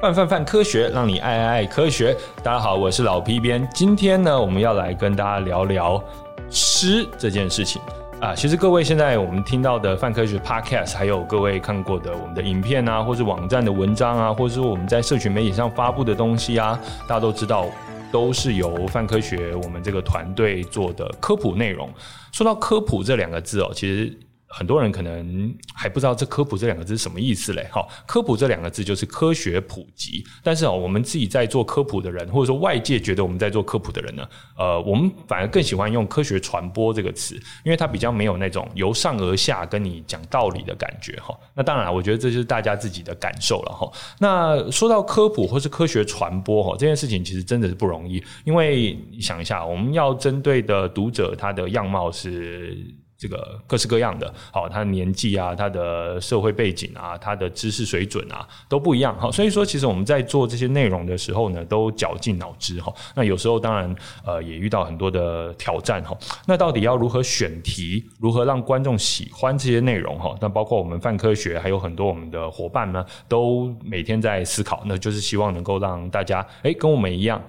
范范范科学，让你爱爱爱科学。大家好，我是老 P 编，今天呢，我们要来跟大家聊聊吃这件事情。啊，其实各位现在我们听到的泛科学 Podcast，还有各位看过的我们的影片啊，或是网站的文章啊，或是我们在社群媒体上发布的东西啊，大家都知道都是由泛科学我们这个团队做的科普内容。说到科普这两个字哦，其实。很多人可能还不知道这“科普”这两个字是什么意思嘞？哈，“科普”这两个字就是科学普及。但是啊、哦，我们自己在做科普的人，或者说外界觉得我们在做科普的人呢，呃，我们反而更喜欢用“科学传播”这个词，因为它比较没有那种由上而下跟你讲道理的感觉哈、哦。那当然，我觉得这就是大家自己的感受了哈、哦。那说到科普或是科学传播哈，这件事情其实真的是不容易，因为你想一下，我们要针对的读者他的样貌是。这个各式各样的，好，他的年纪啊，他的社会背景啊，他的知识水准啊，都不一样，好，所以说其实我们在做这些内容的时候呢，都绞尽脑汁哈。那有时候当然呃也遇到很多的挑战哈。那到底要如何选题，如何让观众喜欢这些内容哈？那包括我们泛科学还有很多我们的伙伴呢，都每天在思考，那就是希望能够让大家诶跟我们一样，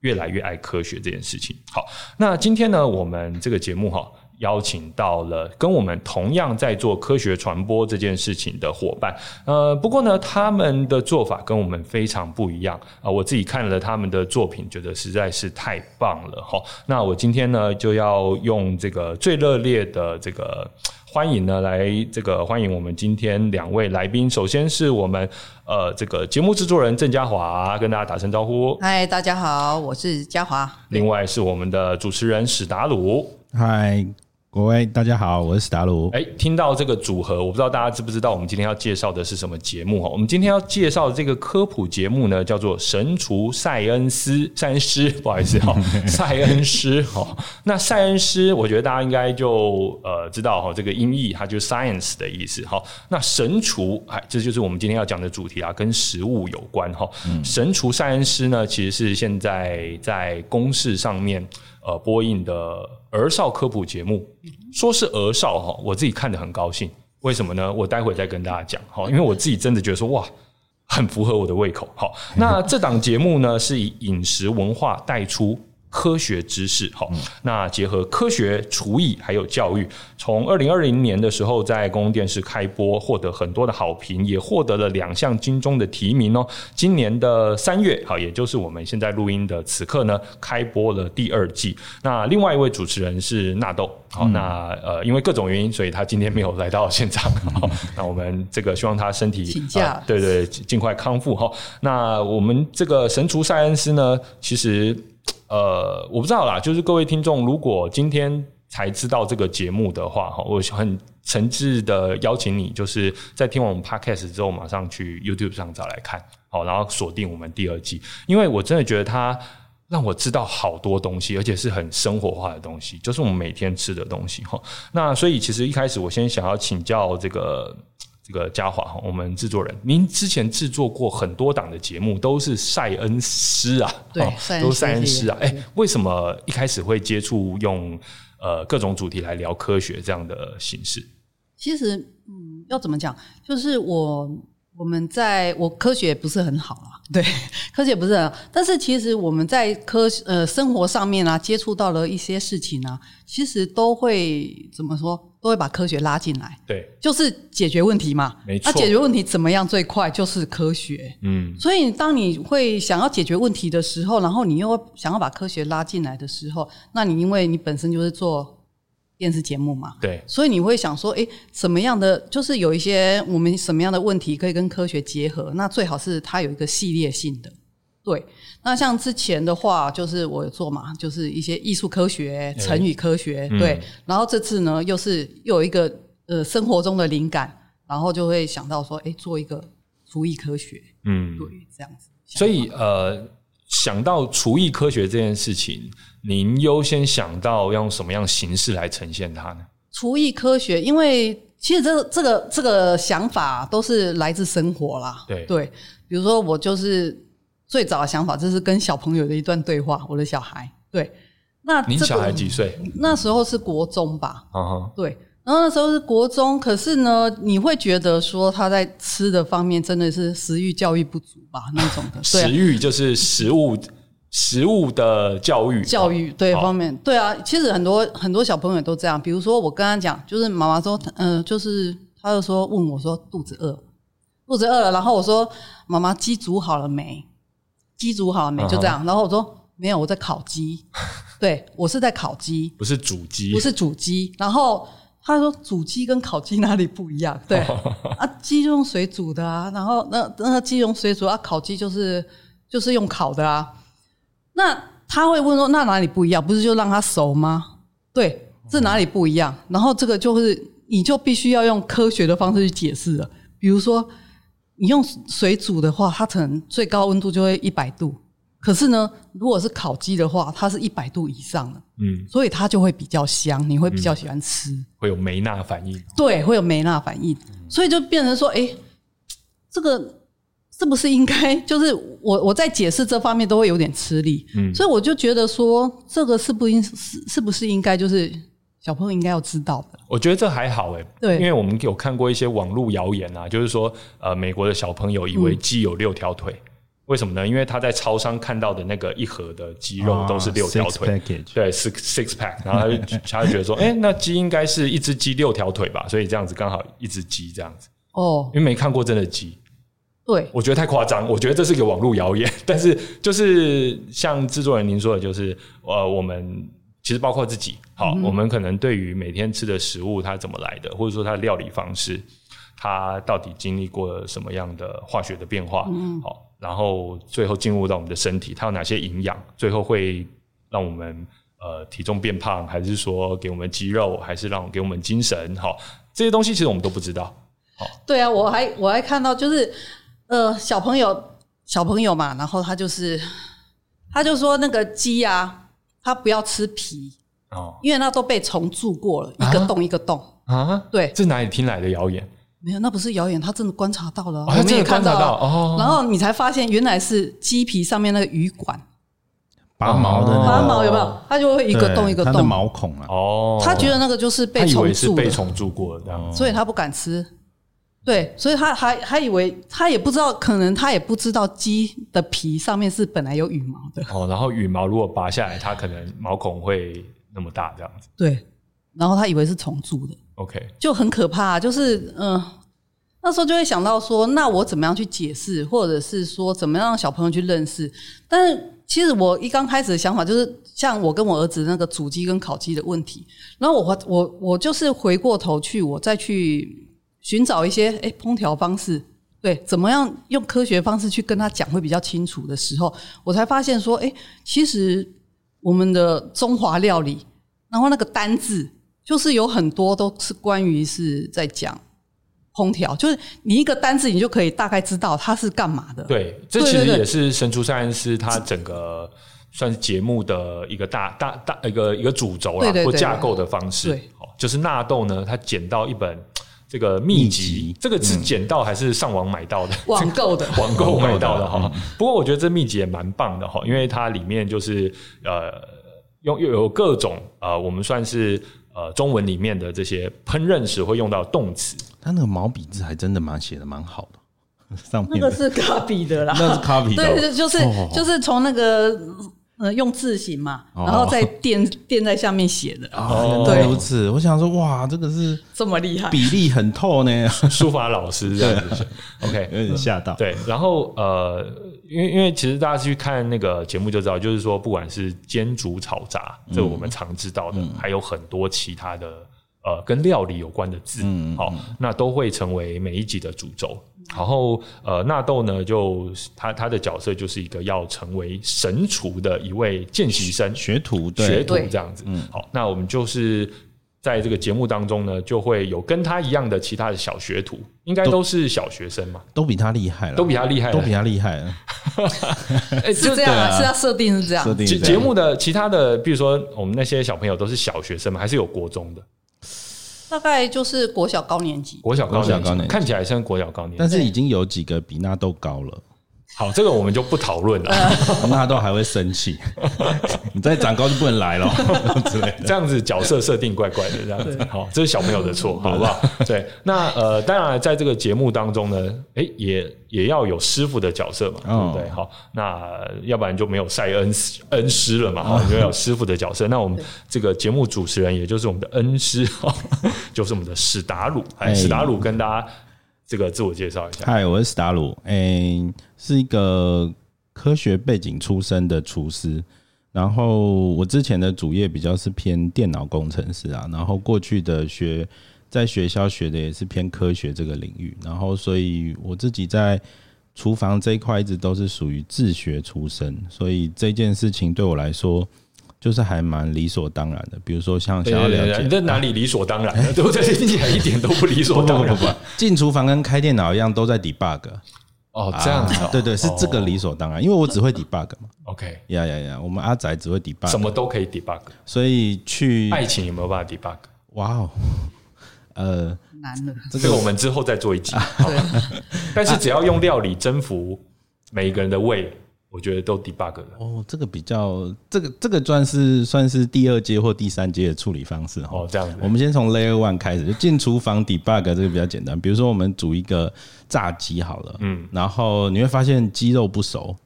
越来越爱科学这件事情。好，那今天呢，我们这个节目哈。邀请到了跟我们同样在做科学传播这件事情的伙伴，呃，不过呢，他们的做法跟我们非常不一样啊、呃。我自己看了他们的作品，觉得实在是太棒了哈。那我今天呢，就要用这个最热烈的这个欢迎呢，来这个欢迎我们今天两位来宾。首先是我们呃这个节目制作人郑嘉华，跟大家打声招呼。嗨，大家好，我是嘉华。另外是我们的主持人史达鲁。嗨。各位大家好，我是史达鲁。哎，听到这个组合，我不知道大家知不知道我们今天要介绍的是什么节目哈？我们今天要介绍的这个科普节目呢，叫做《神厨塞恩斯塞恩斯》，不好意思哈、哦，塞恩斯哈、哦。那塞恩斯，我觉得大家应该就呃知道哈、哦，这个音译它就是 science 的意思哈。那神厨，哎，这就是我们今天要讲的主题啊，跟食物有关哈。嗯、神厨塞恩斯呢，其实是现在在公式上面。呃，播映的儿少科普节目，说是儿少哈，我自己看得很高兴。为什么呢？我待会再跟大家讲哈，因为我自己真的觉得说哇，很符合我的胃口。好，那这档节目呢，是以饮食文化带出。科学知识，好，那结合科学、厨艺还有教育，从二零二零年的时候在公共电视开播，获得很多的好评，也获得了两项金钟的提名哦。今年的三月，好，也就是我们现在录音的此刻呢，开播了第二季。那另外一位主持人是纳豆，好，嗯、那呃，因为各种原因，所以他今天没有来到现场。好，那我们这个希望他身体请假、呃，对对，尽快康复哈。那我们这个神厨塞恩斯呢，其实。呃，我不知道啦，就是各位听众，如果今天才知道这个节目的话，哈，我很诚挚的邀请你，就是在听完我们 podcast 之后，马上去 YouTube 上找来看，好，然后锁定我们第二季，因为我真的觉得它让我知道好多东西，而且是很生活化的东西，就是我们每天吃的东西，哈。那所以其实一开始我先想要请教这个。这个嘉华，我们制作人，您之前制作过很多档的节目，都是塞恩斯啊，对，哦、塞都是塞恩斯啊。哎、欸，为什么一开始会接触用呃各种主题来聊科学这样的形式？其实，嗯，要怎么讲，就是我我们在我科学不是很好啦，对，科学不是很好，但是其实我们在科呃生活上面啊，接触到了一些事情啊，其实都会怎么说？都会把科学拉进来，对，就是解决问题嘛。啊没错，那解决问题怎么样最快？就是科学。嗯，所以当你会想要解决问题的时候，然后你又想要把科学拉进来的时候，那你因为你本身就是做电视节目嘛，对，所以你会想说，哎，什么样的就是有一些我们什么样的问题可以跟科学结合？那最好是它有一个系列性的。对，那像之前的话，就是我做嘛，就是一些艺术科学、成语科学，欸、对。嗯、然后这次呢，又是又有一个呃生活中的灵感，然后就会想到说，哎、欸，做一个厨艺科学，嗯，对，这样子。所以呃，想到厨艺科学这件事情，您优先想到用什么样形式来呈现它呢？厨艺科学，因为其实这这个这个想法都是来自生活啦，对对。比如说我就是。最早的想法，这是跟小朋友的一段对话。我的小孩，对，那、這個、您小孩几岁？那时候是国中吧？啊、uh，huh. 对。然后那时候是国中，可是呢，你会觉得说他在吃的方面真的是食欲教育不足吧那种的，对啊、食欲就是食物，食物的教育，教育对好方面，对啊，其实很多很多小朋友都这样。比如说我跟他讲，就是妈妈说，嗯、就是他就说问我说肚子饿，肚子饿了，然后我说妈妈鸡煮好了没？鸡煮好了没？嗯哼就这样，然后我说没有，我在烤鸡，对我是在烤鸡，不是主机，不是煮鸡。然后他说煮鸡跟烤鸡哪里不一样？对 啊，鸡就用水煮的啊，然后那那鸡用水煮啊，烤鸡就是就是用烤的啊。那他会问说，那哪里不一样？不是就让它熟吗？对，这哪里不一样？然后这个就是你就必须要用科学的方式去解释了。比如说，你用水煮的话，它可能最高温度就会一百度，可是呢，如果是烤鸡的话，它是一百度以上的。嗯，所以它就会比较香，你会比较喜欢吃，会有梅纳反应，对，会有梅纳反应，所以就变成说，哎、这个是不是应该就是我我在解释这方面都会有点吃力，嗯所以我就觉得说，这个是不应是是不是应该就是小朋友应该要知道的，我觉得这还好哎、对因为我们有看过一些网络谣言啊，就是说，呃，美国的小朋友以为鸡有六条腿，为什么呢？因为他在超商看到的那个一盒的鸡肉都是六条腿，啊，six package 对，six six pack，然后他就他就觉得 说，哎、那鸡应该是一只鸡六条腿吧，所以这样子刚好一只鸡这样子，哦因，为没看过真的鸡，对，我觉得太夸张，我觉得这是一个网络谣言。但是就是像制作人您说的，就是呃，我们其实包括自己，好，我们可能对于每天吃的食物它怎么来的，或者说它的料理方式，它到底经历过了什么样的化学的变化，好，然后最后进入到我们的身体，它有哪些营养，最后会呃让我们呃体重变胖，还是说给我们肌肉，还是让给我们精神，好，这些东西其实我们都不知道。对啊，我还我还看到就是呃小朋友小朋友嘛，然后他就是他就说那个鸡啊，他不要吃皮，哦因为那都被虫蛀过了，一个洞一个洞。啊，对，这哪里听来的谣言？没有，那不是谣言，他真的观察到了啊，哦他我们真也的看观察了。到哦然后你才发现原来是鸡皮上面那个鱼管拔毛的那个哦拔毛有没有？它就会一个对洞一个它的洞。毛孔啊，哦，他觉得那个就是他被以虫为是蛀被嗯的，虫蛀过的这样子。所以他不敢吃。对，所以他还还以为他也不知道，可能他也不知道鸡的皮上面是本来有羽毛的。哦，然后羽毛如果拔下来，它可能毛孔会那么大这样子。对，然后他以为是虫蛀的。 OK，就很可怕、就是嗯、呃那时候就会想到说，那我怎么样去解释，或者是说怎么样让小朋友去认识？但是其实我一刚开始的想法就是，像我跟我儿子那个煮鸡跟烤鸡的问题，然后我我我就是回过头去，我再去寻找一些诶烹调方式。对，怎么样用科学方式去跟他讲会比较清楚的时候，我才发现说，诶，哎其实我们的中华料理然后那个单字就是有很多都是关于是在讲烹调，就是你一个单字你就可以大概知道它是干嘛的。对，这对其实对也是神厨塞恩斯他整个算是节目的一个大大大一个一个主轴啦对对对或架构的方式对。好，就是纳豆呢，他捡到一本这个秘秘籍籍，这个是捡到还是上网买到的？嗯网购的 网购买到的哈。不过我觉得这秘籍也蛮棒的哈，因为它里面就是呃，用又有各种呃，我们算是呃中文里面的这些烹饪时会用到动词，它那个毛笔字还真的蛮写的蛮好的， 上那面个的是 copy 的 啦，那是 copy 的哦对，就是哦就是从那个呃用字形嘛，哦然后再垫垫在下面写的，啊，对原来如此。我想说，哇，这个是这么厉害。比例很透呢， 书法老师这样子。OK，有点吓到。对，然后呃，因为因为其实大家去看那个节目就知道，就是说不管是煎煮炒炸，这嗯我们常知道的，还有很多其他的呃跟料理有关的字，好、嗯那都会成为每一集的主轴。然后呃，纳豆呢，就他他的角色就是一个要成为神厨的一位见习生，学徒学对，嗯徒对这样子。好，那我们就是在这个节目当中呢，就会有跟他一样的其他的小学徒，应该都是小学生嘛，都比他厉害了，都比他厉害了，都比他厉害了。哎是就这样啊，对啊是它设定是这样设。定节这节样目的其他的，比如说我们那些小朋友都是小学生嘛，还是有国中的，大概就是国小高年级，国小高国小年高年级，级看起来像国小高年级， 但是已经有几个比纳豆高了，好，这个我们就不讨论了。那都还会生气， 你再长高就不能来了 之类的。这样子角色设定怪怪的，这样子，好，这是小朋友的错，好不好？对，那呃，当然在这个节目当中呢，诶，也也要有师傅的角色嘛，对哦不对？好，那要不然就没有晒恩师恩师了嘛，哈，就要有师傅的角色。那我们这个节目主持人，也就是我们的恩师，哈，就是我们的史达鲁，哎，哎史达鲁跟大家这个自我介绍一下，嗨，我是史达鲁，诶、是一个科学背景出身的厨师。然后我之前的主业比较是偏电脑工程师啊，然后过去的学在学校学的也是偏科学这个领域，然后所以我自己在厨房这一块一直都是属于自学出身，所以这件事情对我来说就是还蛮理所当然的。比如说像对想要对了对解对，这哪里理所当然了？对不对？听起来一点都不理所当 然。进厨房跟开电脑一样，都在 debug。哦，这样子哦啊，对对，是这个理所当然，因为我只会 debug 嘛。 OK，呀呀呀，我们阿仔只会什 debug，么都可以 debug。所以去爱情有没有办法 debug？哇哦，呃，难 了。这个我们之后再做一啊集。好 但是只要用料理征服每一个人的胃，我觉得都 debug 了。哦，这个比较，这个这个算是算是第二阶或第三阶的处理方式哈哦。，这样我子。们先从 Layer One 开始，就进厨房 debug 这个比较简单。比如说，我们煮一个炸鸡好了，嗯嗯，然后你会发现鸡肉不熟、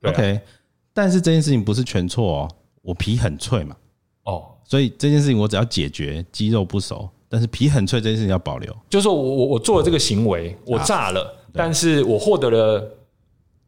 对啊 o k 但是这件事情不是全错哦，我皮很脆嘛，哦，所以这件事情我只要解决鸡肉不熟，但是皮很脆这件事情要保留。就是说我我我做了这个行啊为，我炸了，但是我获得了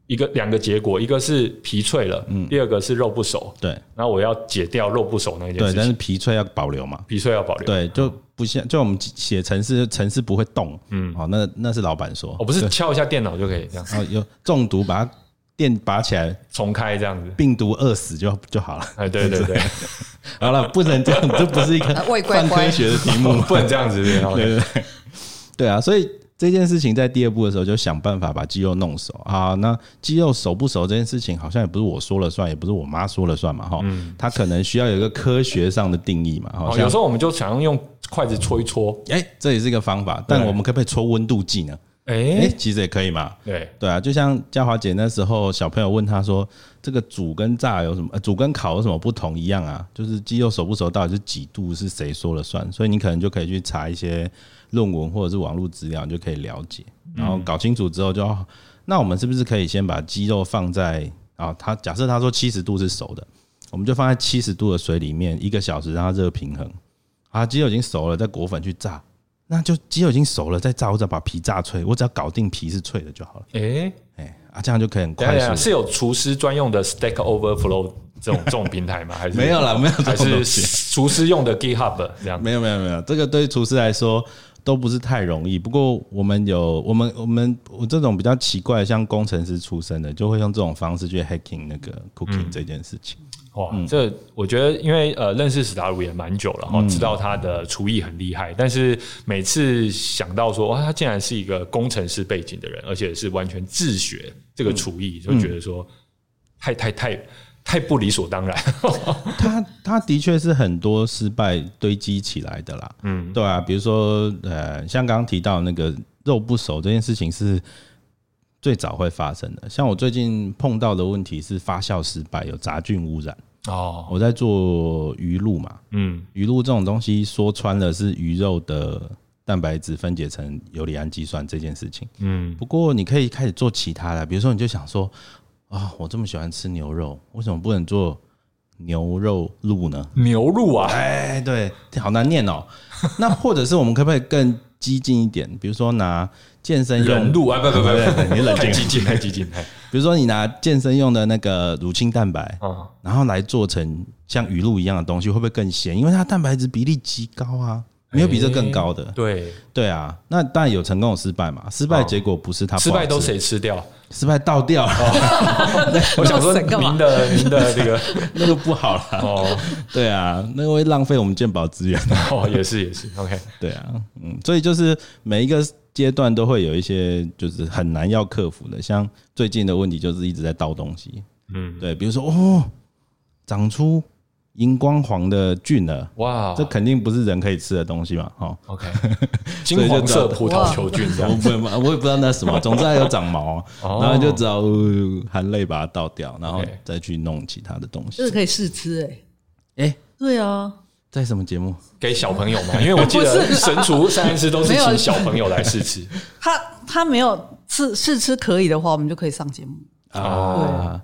一个两个结果，一个是皮脆了，嗯第二个是肉不熟。对那我要解掉肉不熟那件对，事但是情，皮脆要保留嘛。皮脆要保留。对，就不像就我们写程式，程式不会动。嗯，哦，那那是老板说哦我，不是敲一下电脑就可以这样然后有中毒把它电拔起来，重开这样子。病毒饿死就就好了。哎，对 对对，好了，不能这样，这不是 一个喂啊乖泛乖科学的题 目。 不能这样子。对对 OK 对对，对啊，所以这件事情在第二步的时候就想办法把肌肉弄熟啊。那肌肉熟不熟这件事情，好像也不是我说了算，也不是我妈说了算嘛，哈。它可能需要有一个科学上的定义嘛，哦，哈。有像时候我们就想要用筷子戳一戳，哎、这也是一个方法，但对我们可不可以戳温度计呢？哎、哎，其实也可以嘛。对，对啊，就像嘉华姐那时候，小朋友问她说：“这个煮跟炸有什么？呃煮跟烤有什么不同？一样啊，就是鸡肉熟不熟，到底是几度，是谁说了算？所以你可能就可以去查一些论文或者是网络资料，你就可以了解。然后搞清楚之后就，哦那我们是不是可以先把鸡肉放在啊？他假设他说七十度是熟的，我们就放在七十度的水里面一个小时，让它热平衡。啊，鸡肉已经熟了，再裹粉去炸。”那就鸡肉已经熟了，再炸，我只要把皮炸脆，我只要搞定皮是脆的就好了。哎，哎啊，这样就可以很等一下快等一下速。是有厨师专用的 Stack Overflow 这 种这种平台吗？还是没有啦没有这还种东是西嗯厨师用的 GitHub 这样？没有没有没有，这个对厨师来说都不是太容易。不过我们有我们我们我这种比较奇怪，像工程师出身的，就会用这种方式去 hacking 那个嗯 cooking 这件事情。哇，这我觉得，因为呃，认识史达鲁也蛮久了哈，嗯知道他的厨艺很厉害，但是每次想到说，哇，他竟然是一个工程师背景的人，而且是完全自学这个厨艺，嗯就觉得说，太太太太不理所当然。嗯他他的确是很多失败堆积起来的啦。嗯，对啊，比如说呃，像刚刚提到那个肉不熟这件事情是最早会发生的。像我最近碰到的问题是发酵失败，有杂菌污染。哦，我在做鱼露嘛，嗯，鱼露这种东西说穿了是鱼肉的蛋白质分解成游离氨基酸这件事情。嗯，不过你可以开始做其他的，比如说你就想说啊、我这么喜欢吃牛肉，为什么不能做牛肉露呢？牛肉啊，哎，对，好难念哦。那或者是我们可不可以更激进一点？比如说拿健身用人路啊，不不不对不，哎对你冷静太激进，太激进，哎太比如说你拿健身用的那个乳清蛋白，啊。然后来做成像鱼露一样的东西，会不会更鲜？因为它蛋白质比例极高啊，没有比这更高的。对，对啊，那当然有成功有失败嘛，失败结果不是啊它哦不好吃失败都谁吃 掉？失败倒掉 我想说省干嘛您的您的这个 那个不好啦。哦对啊，那个会浪费我们健保资源。 哦也是也是 OK 对啊，嗯，所以就是每一个阶段都会有一些就是很难要克服的，像最近的问题就是一直在倒东西，嗯对，比如说哦，长出荧光黄的菌了，哇，这肯定不是人可以吃的东西嘛，哦哈、 OK，金黄色葡萄球菌这我样。不我也不知道那是什么，总之它有长毛啊，哦然后就只好呃含泪把它倒掉，然后 OK 再去弄其他的东西这。个可以试吃哎、哎、对啊，在什么节目？给小朋友嘛，因为我记得神厨三恩师都是没有请小朋友来试吃。他他没有试试吃可以的话，我们就可以上节目，啊，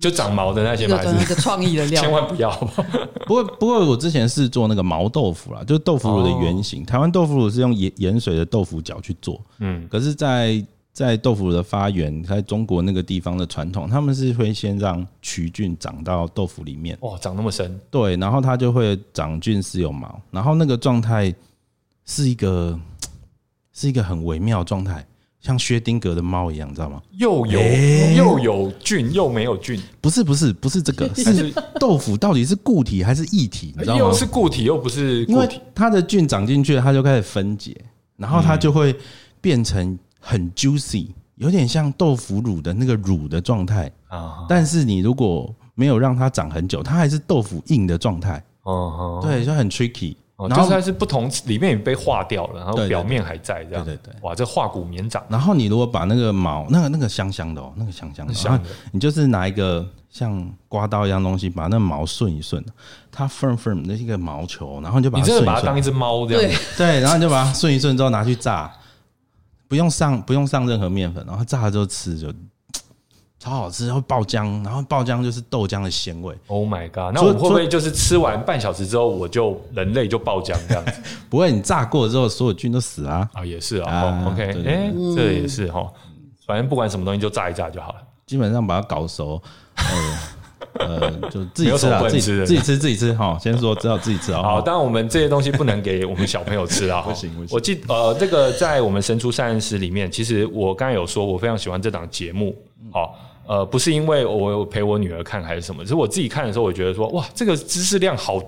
就长毛的那些一嘛，个还那是个创意的料千理。万不要好不好不过不过我之前是做那个毛豆腐啦，就是豆腐乳的原哦型。台湾豆腐乳是用盐盐水的豆腐角去做，嗯，可是在，在豆腐乳的发源，在中国那个地方的传统，他们是会先让曲菌长到豆腐里面，哇，长那么深，对，然后它就会长菌丝有毛，然后那个状态是一个是一个很微妙的状态，像薛丁格的猫一样，你知道吗？又有哎又有菌又没有菌，不是不是不是这个，还是是豆腐到底是固体还是液体？你知道吗又？是固体又不是因固为体，它的菌长进去了，它就开始分解，然后嗯它就会变成很 juicy，有点像豆腐乳的那个乳的状态。啊？但是你如果没有让它长很久，它还是豆腐硬的状态，哦，对，就很 tricky。哦，然就是后它，是不同里面也被化掉了，然后对对表面还在这样。对对对哇，这化骨绵掌，然后你如果把那个毛，那个那个香香的哦，那个香香的，香的然后你就是拿一个像刮刀一样东西，把那毛顺一顺，它 firm firm 那是一个毛球，然后你就把你它真顺的一把它顺当，一只猫这对样，，对，然后你就把它顺一顺之后拿去炸，不用上不用上任何面粉，然后炸了之后吃就超好吃，然后爆浆，然后爆浆就是豆浆的鲜味， ？Oh my god！那所以我会不会就是吃完半小时之后，我就人类就爆浆这 样子不会你炸过之后所有菌都死啊，啊？也是啊啊哦，OK，对对哎，这也是哈，反正不管什么东西就炸一炸就好了。基本上把它搞熟，呃呃，就自己吃没有什么啊，不能自己吃的自己吃自己吃哈，先说知道自己吃好不哦好，好？当然我们这些东西不能给我们小朋友吃 啊，不行不行我记呃，这个在我们《神厨善恩师》里面，其实我刚才有说，我非常喜欢这档节目。嗯好、呃，不是因为我有陪我女儿看还是什么，是我自己看的时候，我觉得说，哇，这个知识量好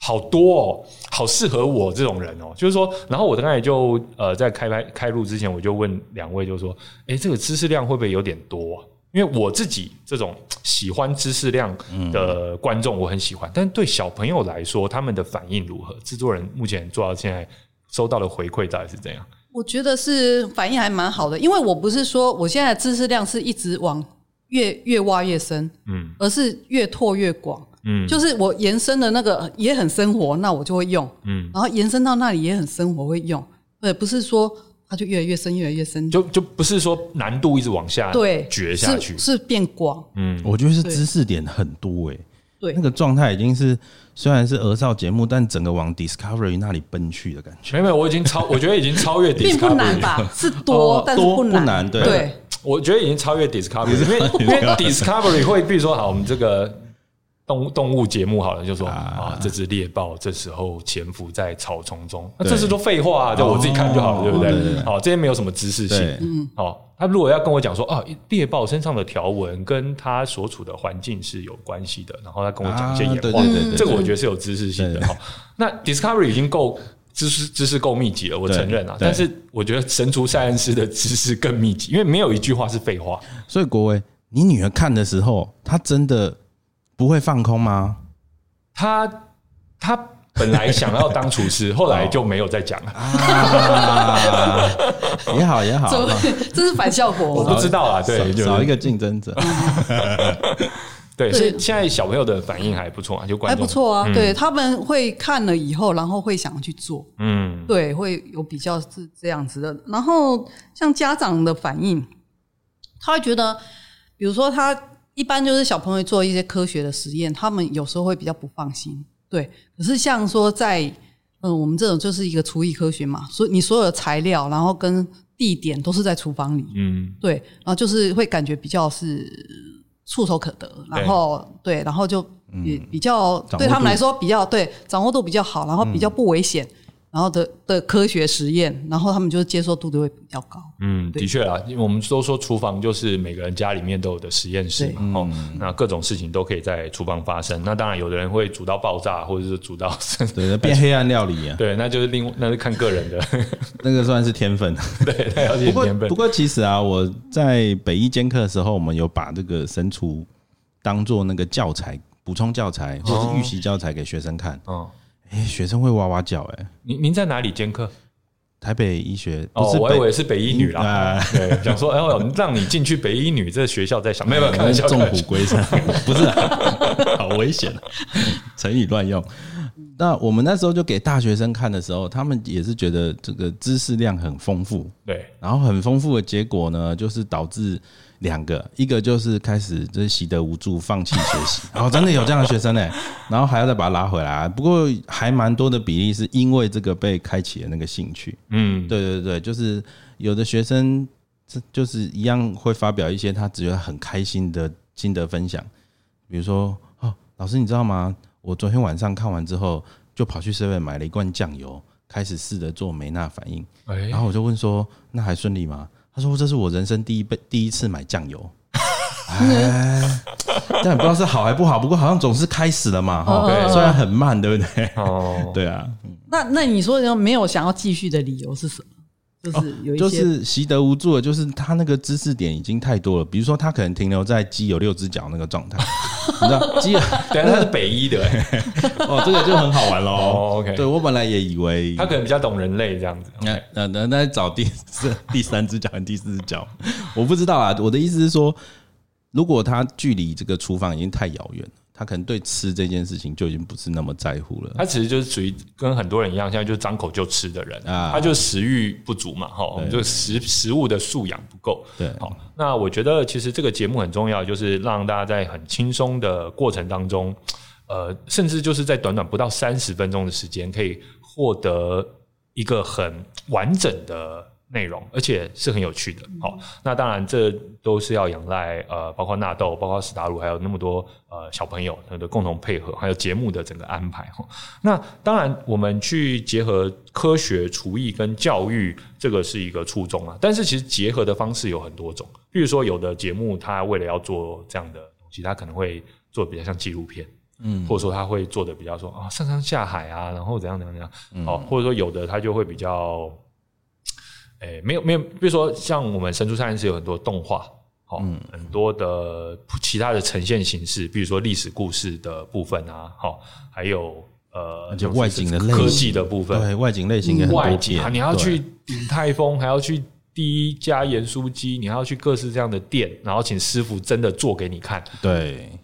好多哦，好适合我这种人哦。就是说，然后我刚才就呃，在开拍开录之前，我就问两位，就说，诶，这个知识量会不会有点多啊、因为我自己这种喜欢知识量嗯的观众，我很喜欢，但是对小朋友来说，他们的反应如何？制作人目前做到现在收到的回馈到底是怎样？我觉得是反应还蛮好的，因为我不是说我现在的知识量是一直往越越挖越深，嗯而是越拓越广。嗯，就是我延伸的那个也很生活，那我就会用，嗯，然后延伸到那里也很生活会用，对，不是说它就越来越深，越来越深，就就不是说难度一直往下对，掘下去是，是变广，嗯，我觉得是知识点很多诶、欸对那个状态已经是虽然是儿少节目，但整个往 Discovery 那里奔去的感觉。没有没有，我已经 超，我觉得已经超越并不 Discovery 难了。吧？是多，哦但是多不不难对我觉得已经超越 Discovery，因 为因为 Discovery 会，比如说，好，我们这个动物动物节目好了，就说啊，这只猎豹这时候潜伏在草丛中，那对这是都废话啊，就我自己看就好了，哦对不对对对？对好，这些没有什么知识性对。，好，哦他如果要跟我讲说，哦，猎豹身上的条纹跟它所处的环境是有关系的，然后他跟我讲一些演啊对化，对对对对这个我觉得是有知识性的。对哈。那 Discovery 已经够知识知识够密集了，我对承认啊，对但是我觉得神厨赛恩斯的知识更密集，因为没有一句话是废话。所以国威，你女儿看的时候，她真的不会放空吗？他他本来想要当厨 师，后来就没有再讲了。哦啊， 也好也好怎，么 这是反效果我吗？不知道啊，对，就少是少一个竞争者。对，对所以现在小朋友的反应还不错啊，就观还众不，错啊，对他们会看了以后，然后会想去做，嗯，对，会有比较是这样子的。然后像家长的反应，他会觉得，比如说他一般就是小朋友做一些科学的实验，他们有时候会比较不放心，对。可是像说在嗯、呃我们这种就是一个厨艺科学嘛，所以你所有的材料，然后跟地点都是在厨房里，嗯，对，然后就是会感觉比较是触手可得，然后对，然后就比比较嗯掌握对他们度嗯来说比较对掌握度比较好，然后比较不危险，然后的的科学实验，然后他们就是接受度就会比较高。嗯，的确啊，因为我们都说厨房就是每个人家里面都有的实验室嘛，哦，那各种事情都可以在厨房发生。那当然，有的人会煮到爆炸，或者是煮到 对，变黑暗料理啊，对，那就是另那是看个人的， 那个算是天分。对，那要不点过天分不。过其实啊，我在北一兼课的时候，我们有把这个神厨当做那个教材补充教材或是预习教材给学生看。哦，哎、学生会哇哇叫哎、您您在哪里兼课？台北医学不哦，是我以北、为是北医女啦啊，对，想说，哎呦，让你进去北医女这学校在 想，没有没有，开玩笑，众开玩虎笑归山， 不是、啊，好危险、啊，成语乱用。那我们那时候就给大学生看的时候，他们也是觉得这个知识量很丰富，对，然后很丰富的结果呢，就是导致两个，一个就是开始就是习得无助，放弃学习，然后真的有这样的学生呢、欸然后还要再把他拉回来啊。不过还蛮多的比例是因为这个被开启了那个兴趣。嗯，对对对，就是有的学生这就是一样会发表一些他只觉得很开心的心得分享，比如说哦，老师你知道吗？我昨天晚上看完之后，就跑去 seven 买了一罐酱油，开始试着做梅纳反应。哎然，后我就问说：“那还顺利吗？”他说：“这是我人生第一杯第一次买酱油。”哎，但也不知道是好还不好，不过好像总是开始了嘛，哈对，虽然很慢，对不对？哦，对啊，那那你说的没有想要继续的理由是什么？就是有一些、哦就是习得无助的，就是他那个知识点已经太多了。比如说，他可能停留在鸡有六只脚那个状态，你知道鸡有对，他是北医的，哎哦，这个就很好玩喽。哦，OK，对我本来也以为他可能比较懂人类这样子，那那那那找第四第三只脚跟第四只脚，我不知道啊。我的意思是说，如果他距离这个厨房已经太遥远了，他可能对吃这件事情就已经不是那么在乎了。他其实就是属于跟很多人一样，现在就张口就吃的人，啊他就食欲不足嘛，哈，我们就食食物的素养不够。对好，那我觉得其实这个节目很重要，就是让大家在很轻松的过程当中，呃，甚至就是在短短不到三十分钟的时间，可以获得一个很完整的内容，而且是很有趣的。嗯好、那当然这都是要仰赖呃，包括纳豆、包括史达鲁，还有那么多呃小朋友的共同配合，还有节目的整个安排哈、那当然，我们去结合科学、厨艺跟教育，这个是一个初衷啊。但是其实结合的方式有很多种，比如说有的节目它为了要做这样的东西，它可能会做比较像纪录片。嗯，或者说他会做的比较说啊上山下海啊，然后怎样怎样怎样，嗯哦，或者说有的他就会比较，诶、没有没有，比如说像我们神出上是有很多动画，好、嗯很多的其他的呈现形式，比如说历史故事的部分啊，好、还有呃，而且外景的类型科技的部分，对外景类型也很多外变景啊，你要去鼎泰丰，还要去第一家盐酥鸡，你还要去各式这样的店，然后请师傅真的做给你看。对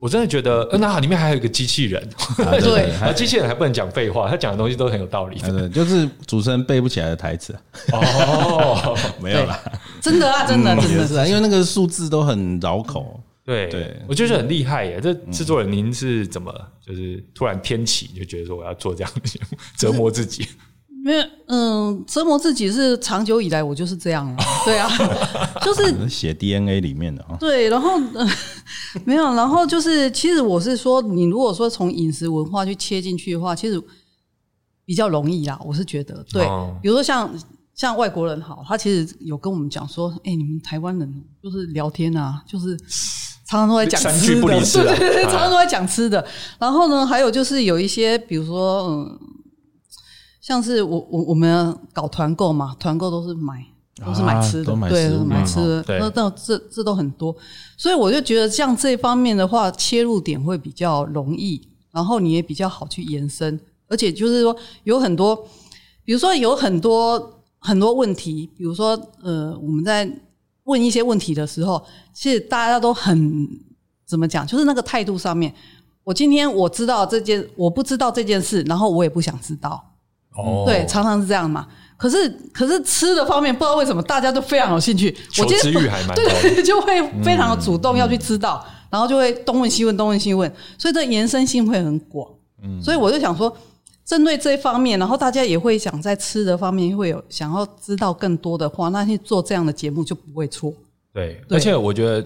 我真的觉得，呃、那里面还有一个机器人，对啊对啊，还机器人还不能讲废话，他讲的东西都很有道理啊。对，就是主持人背不起来的台词，啊哦，没有啦，真的啊，真的、真也的是啊，因为那个数字都很绕口。 对，嗯对我觉得很厉害耶。这制作人您是怎么就是突然天启就觉得说我要做这样的节目，折磨自己？没有，嗯，折磨自己是长久以来我就是这样了，对 啊，就是写 DNA 里面的啊，对，然后、 呃、没有，然后就是其实我是说，你如果说从饮食文化去切进去的话，其实比较容易啦，我是觉得对，哦比如说像。像外国人好，他其实有跟我们讲说，哎、你们台湾人就是聊天啊，就是常常都在讲三吃句的，不离四啊 对对对，啊常常都在讲吃的。然后呢，还有就是有一些，比如说，嗯，像是我我我们搞团购嘛，团购都是买都是买啊吃的，都买对，食都物是买嘛吃的，对那那这这都很多，所以我就觉得像这方面的话，切入点会比较容易，然后你也比较好去延伸，而且就是说有很多，比如说有很多很多问题，比如说呃，我们在问一些问题的时候，其实大家都很怎么讲，就是那个态度上面。我今天我知道这件，我不知道这件事，然后我也不想知道，哦嗯对，常常是这样嘛。可是可是吃的方面，不知道为什么大家都非常有兴趣，求我今知天欲还蛮高的对， 就会非常的主动要去知道，然后就会东问西问，东问西问，所以这延伸性会很广。嗯，所以我就想说，针对这方面，然后大家也会想在吃的方面会有想要知道更多的话，那去做这样的节目就不会错。对，对而且我觉得，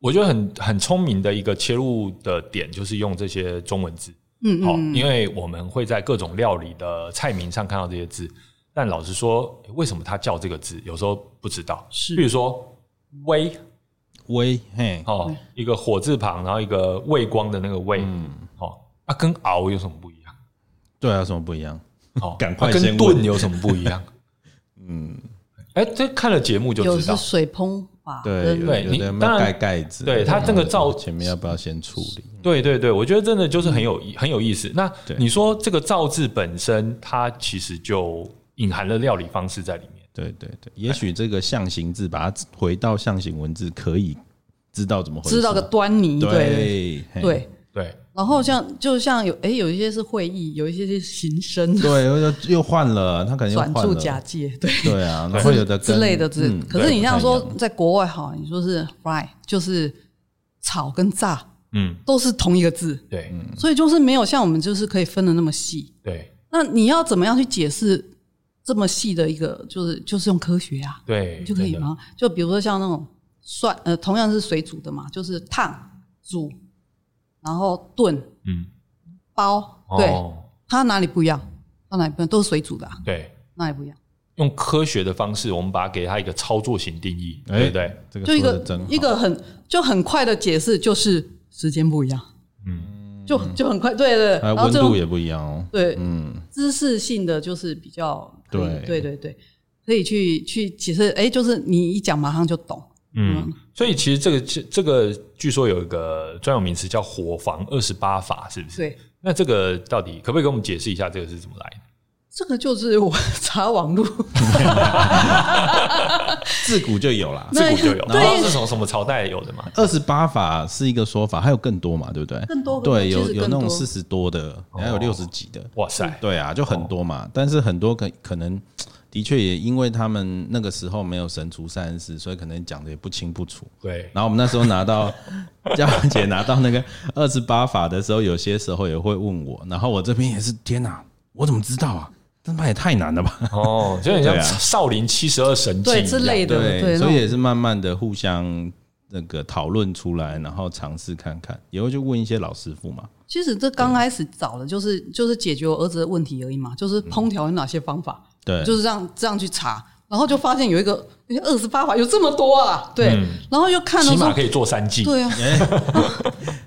我觉得很很聪明的一个切入的点，就是用这些中文字。嗯好、嗯，因为我们会在各种料理的菜名上看到这些字，但老实说，为什么它叫这个字，有时候不知道。是比如说“微微嘿”，哦，一个火字旁，然后一个畏光的那个“畏”，嗯哦，啊，跟“熬”有什么不一样？对啊，有什么不一样？哦，赶快啊跟先“问 炖”有什么不一样？嗯，哎，这看了节目就有知道是。水烹吧？对，跟有啊对有你的有没当有然盖盖子？对它然后这个造前面要不要先处理？对对对，我觉得真的就是很有意很有意思。那对你说这个造字本身，它其实就隐含了料理方式在里面。对对对，也许这个象形字把它回到象形文字，可以知道怎么回事，知道个端倪，对对嘿对。对，然后像就像有哎、有一些是会议，有一些是行生对，又又又换了，他可能又转换注了，假借，对。对啊，然后有的之跟类的之，嗯可是你像对说不太一样在国外哈，你说是 fry 就是炒跟炸嗯，都是同一个字，对，嗯所以就是没有像我们就是可以分的那么细。对，那你要怎么样去解释这么细的一个，就是就是用科学啊，对，就可以真的？吗？就比如说像那种蒜，呃，同样是水煮的嘛，就是烫、煮，然后炖、嗯，包，对，哦它哪里不一样？它哪里不一样？都是水煮的、啊，对，哪里不一样？用科学的方式，我们把它给它一个操作型定义，哎对不对？这个就一说得真个好一个很就很快的解释，就是时间不一样，嗯，就就很快，对对，对哎，然后温这度种也不一样哦。对嗯，知识性的就是比较可以对对对对，可以去去解释，哎，就是你一讲马上就懂，嗯，所以其实这个这个据说有一个专有名词叫“火防二十八法”，是不是？对。那这个到底可不可以给我们解释一下这个是怎么来的？这个就是我 查网络，自古就有啦。自那古就有，然后对是从什么朝代有的嘛？二十八法是一个说法，还有更多嘛，对不对？更多更对，多哦其有实有更那种多四十多的，还有六十几的，哇塞，对啊，就很多嘛。但是很多可可能的确也因为他们那个时候没有神厨善事，所以可能讲的也不清不楚。对，然后我们那时候拿到 嘉文姐拿到那个二十八法的时候，有些时候也会问我，然后我这边也是天哪，我怎么知道啊？这他妈也太难了吧？哦，就很像对啊少林七十二神对镜之一样类的，对，所以那也是慢慢的互相那个讨论出来，然后尝试看看，也会去问一些老师傅嘛。种其实这刚开始找的就是就是解决我儿子的问题而已嘛，就是嗯烹调有哪些方法，对，就是这样这样去查，然后就发现有一个二十八法有这么多啊，对，然后又看嗯了起码说可以哎做三季。对啊，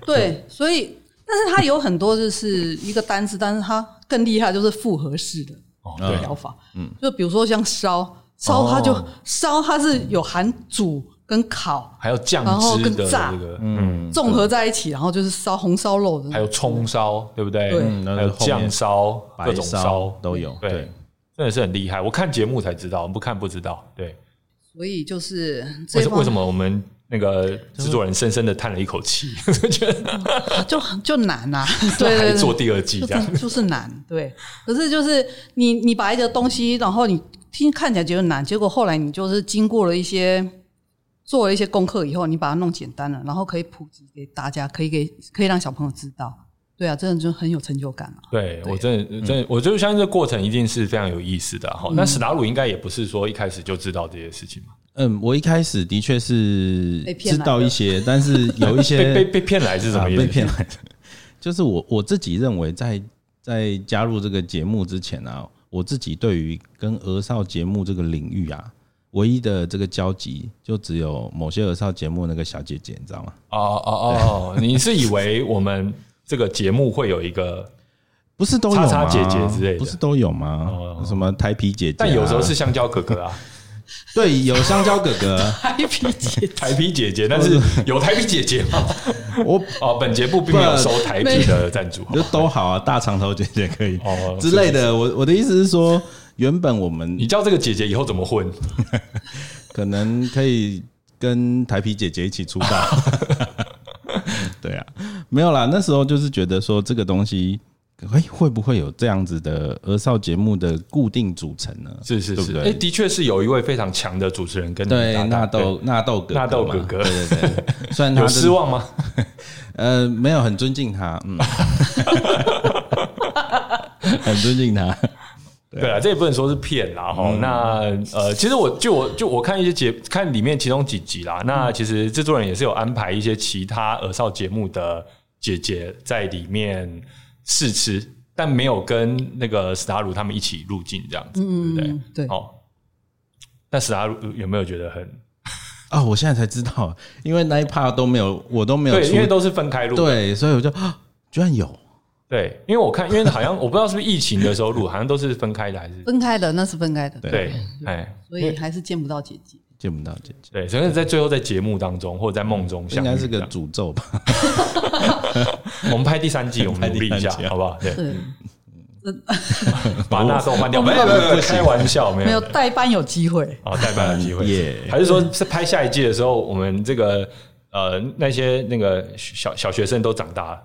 对，所以但是它有很多就是一个单字，但是它更厉害就是复合式的哦，对，疗法，嗯，就比如说像烧烧，它就哦烧它是有含煮跟烤还有酱然后汁跟的炸这个，嗯，综合在一起，然后就是烧红烧肉的那还种，有葱烧，对不对？对嗯还有酱烧、各白种烧都有，对对，，真的是很厉害。我看节目才知道，不看不知道。对，所以就是这为一什方为什么我们那个制作人深深的叹了一口气，觉得就就难 啊，对还对做对，第二 季就这样是？就是难， 对。可是就是你你把一个东西，然后你听看起来觉得难，结果后来你就是经过了一些做了一些功课以后，你把它弄简单了，然后可以普及给大家，可以给可以让小朋友知道，对啊，真的就很有成就感啊。对我真的真的，我就相信这过程一定是非常有意思的哈。那史达鲁应该也不是说一开始就知道这些事情嘛，嗯，我一开始的确是被骗来知的道一些，但是有一 些被被被骗来是什嗯啊么意思？被骗来的。 就是我我自己认为在，在加入这个节目之前啊，我自己对于跟儿少节目这个领域啊，唯一的这个交集就只有某些儿少节目那个小姐姐，你知道吗？哦哦哦，你是以为我们这个节目会有一个，不是都有吗？叉叉姐姐之类的不是都有吗？哦什么台皮姐姐啊、但有时候是香蕉哥哥啊，对有香蕉哥哥， 嗨皮 姐，台皮姐姐，但是有台皮姐姐吗？我哦，本节目并没有收台皮的赞助。就都好啊，大长头姐姐可以哦之类的。我我的意思是说，原本我们你叫这个姐姐以后怎么混？可能可以跟台皮姐姐一起出 道。对啊，没有啦，那时候就是觉得说这个东西，哎、会不会有这样子的儿少节目的固定组成呢？是是对是不，哎，对？的确是有一位非常强的主持人跟你搭对，档纳豆纳豆哥哥嘛，纳豆哥哥对对对，虽然对他 有真的失望吗？呃，没有很尊敬他， 嗯，很尊敬他，对啊，这也不能说是骗啦哈。那呃，其实我就我就我看一些节看里面其中几集啦，那其实制作人也是有安排一些其他儿少节目的姐姐在里面试吃，但没有跟那个史达鲁他们一起入境这样子，对不嗯，对对？，哦，但史达鲁有没有觉得很啊、我现在才知道，因为那一 part 都没有，我都没有对？出因为都是分开录， 对，所以我就、啊居然有对，因为我看，因为好像我不知道是不是疫情的时候录，好像都是分开的，还是分开的那是嗯分开的，对对，哎，所以还是见不到姐姐。见不到姐姐，对，所以在最后在节目当中或者在梦中嗯应相遇这样，该是个诅咒吧？ 我们拍第三季，我们努力一下拍第三季，啊好不好？ 对，对，把纳豆换掉，我没没有有没有，开玩笑，没没有有。代班有 机会。哦，代班的机会耶还是说是拍下一季的时候，我们这个呃那些那个小小学生都长大 了，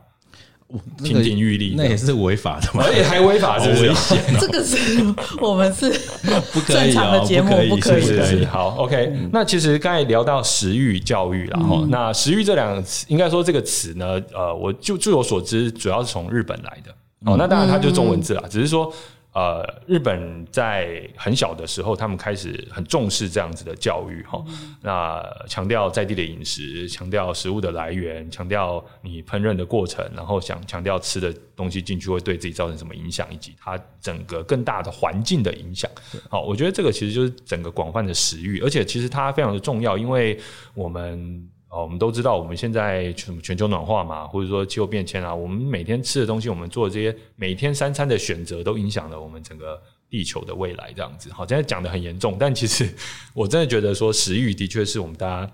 那个亭亭玉立那也是违法的嘛？而且还违法，是不是？好危险，这个是 我们是 不可正以常哦的节目不可，以不可以嗯是是不的。是好，OK。那其实刚才聊到食欲教育啦，嗯哈，那食欲这两个词，应该说这个词呢，呃，我就据我所知，主要是从日本来的。嗯哦，那当然它就是中文字啦，只是说。呃，日本在很小的时候，他们开始很重视这样子的教育哈、嗯那强调在地的饮食，强调食物的来源，强调你烹饪的过程，然后想强调吃的东西进去会对自己造成什么影响，以及它整个更大的环境的影响。好，我觉得这个其实就是整个广泛的食欲，而且其实它非常的重要，因为我们。哦，我们都知道我们现在什么全球暖化嘛，或者说气候变迁啊，我们每天吃的东西，我们做的这些每天三餐的选择，都影响了我们整个地球的未来。这样子，好，现在讲的很严重，但其实我真的觉得说食欲的确是我们大家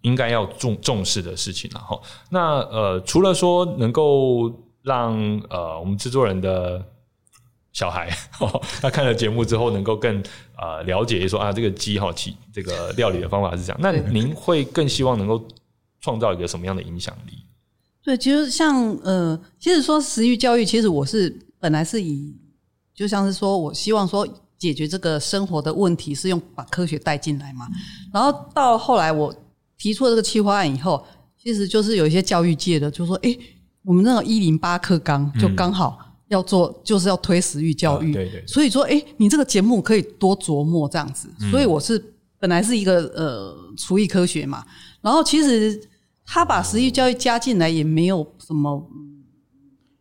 应该要重重视的事情啊然后，那呃，除了说能够让呃我们制作人的小孩， 哦、他看了节目之后能够更呃了解说啊，这个鸡哈其这个料理的方法是这样。那您会更希望能够创造一个什么样的影响力？对，其实像呃，其实说食育教育，其实我是本来是以，就像是说我希望说解决这个生活的问题是用把科学带进来嘛。嗯然后到后来我提出了这个企划案以后，其实就是有一些教育界的就说，诶，我们那种一零八课纲就刚好要做，就是要推食育教育。嗯啊对对对所以说，诶，你这个节目可以多琢磨这样子。所嗯以我是本来是一个呃厨艺科学嘛，然后其实他把食育教育加进来也没有什么嗯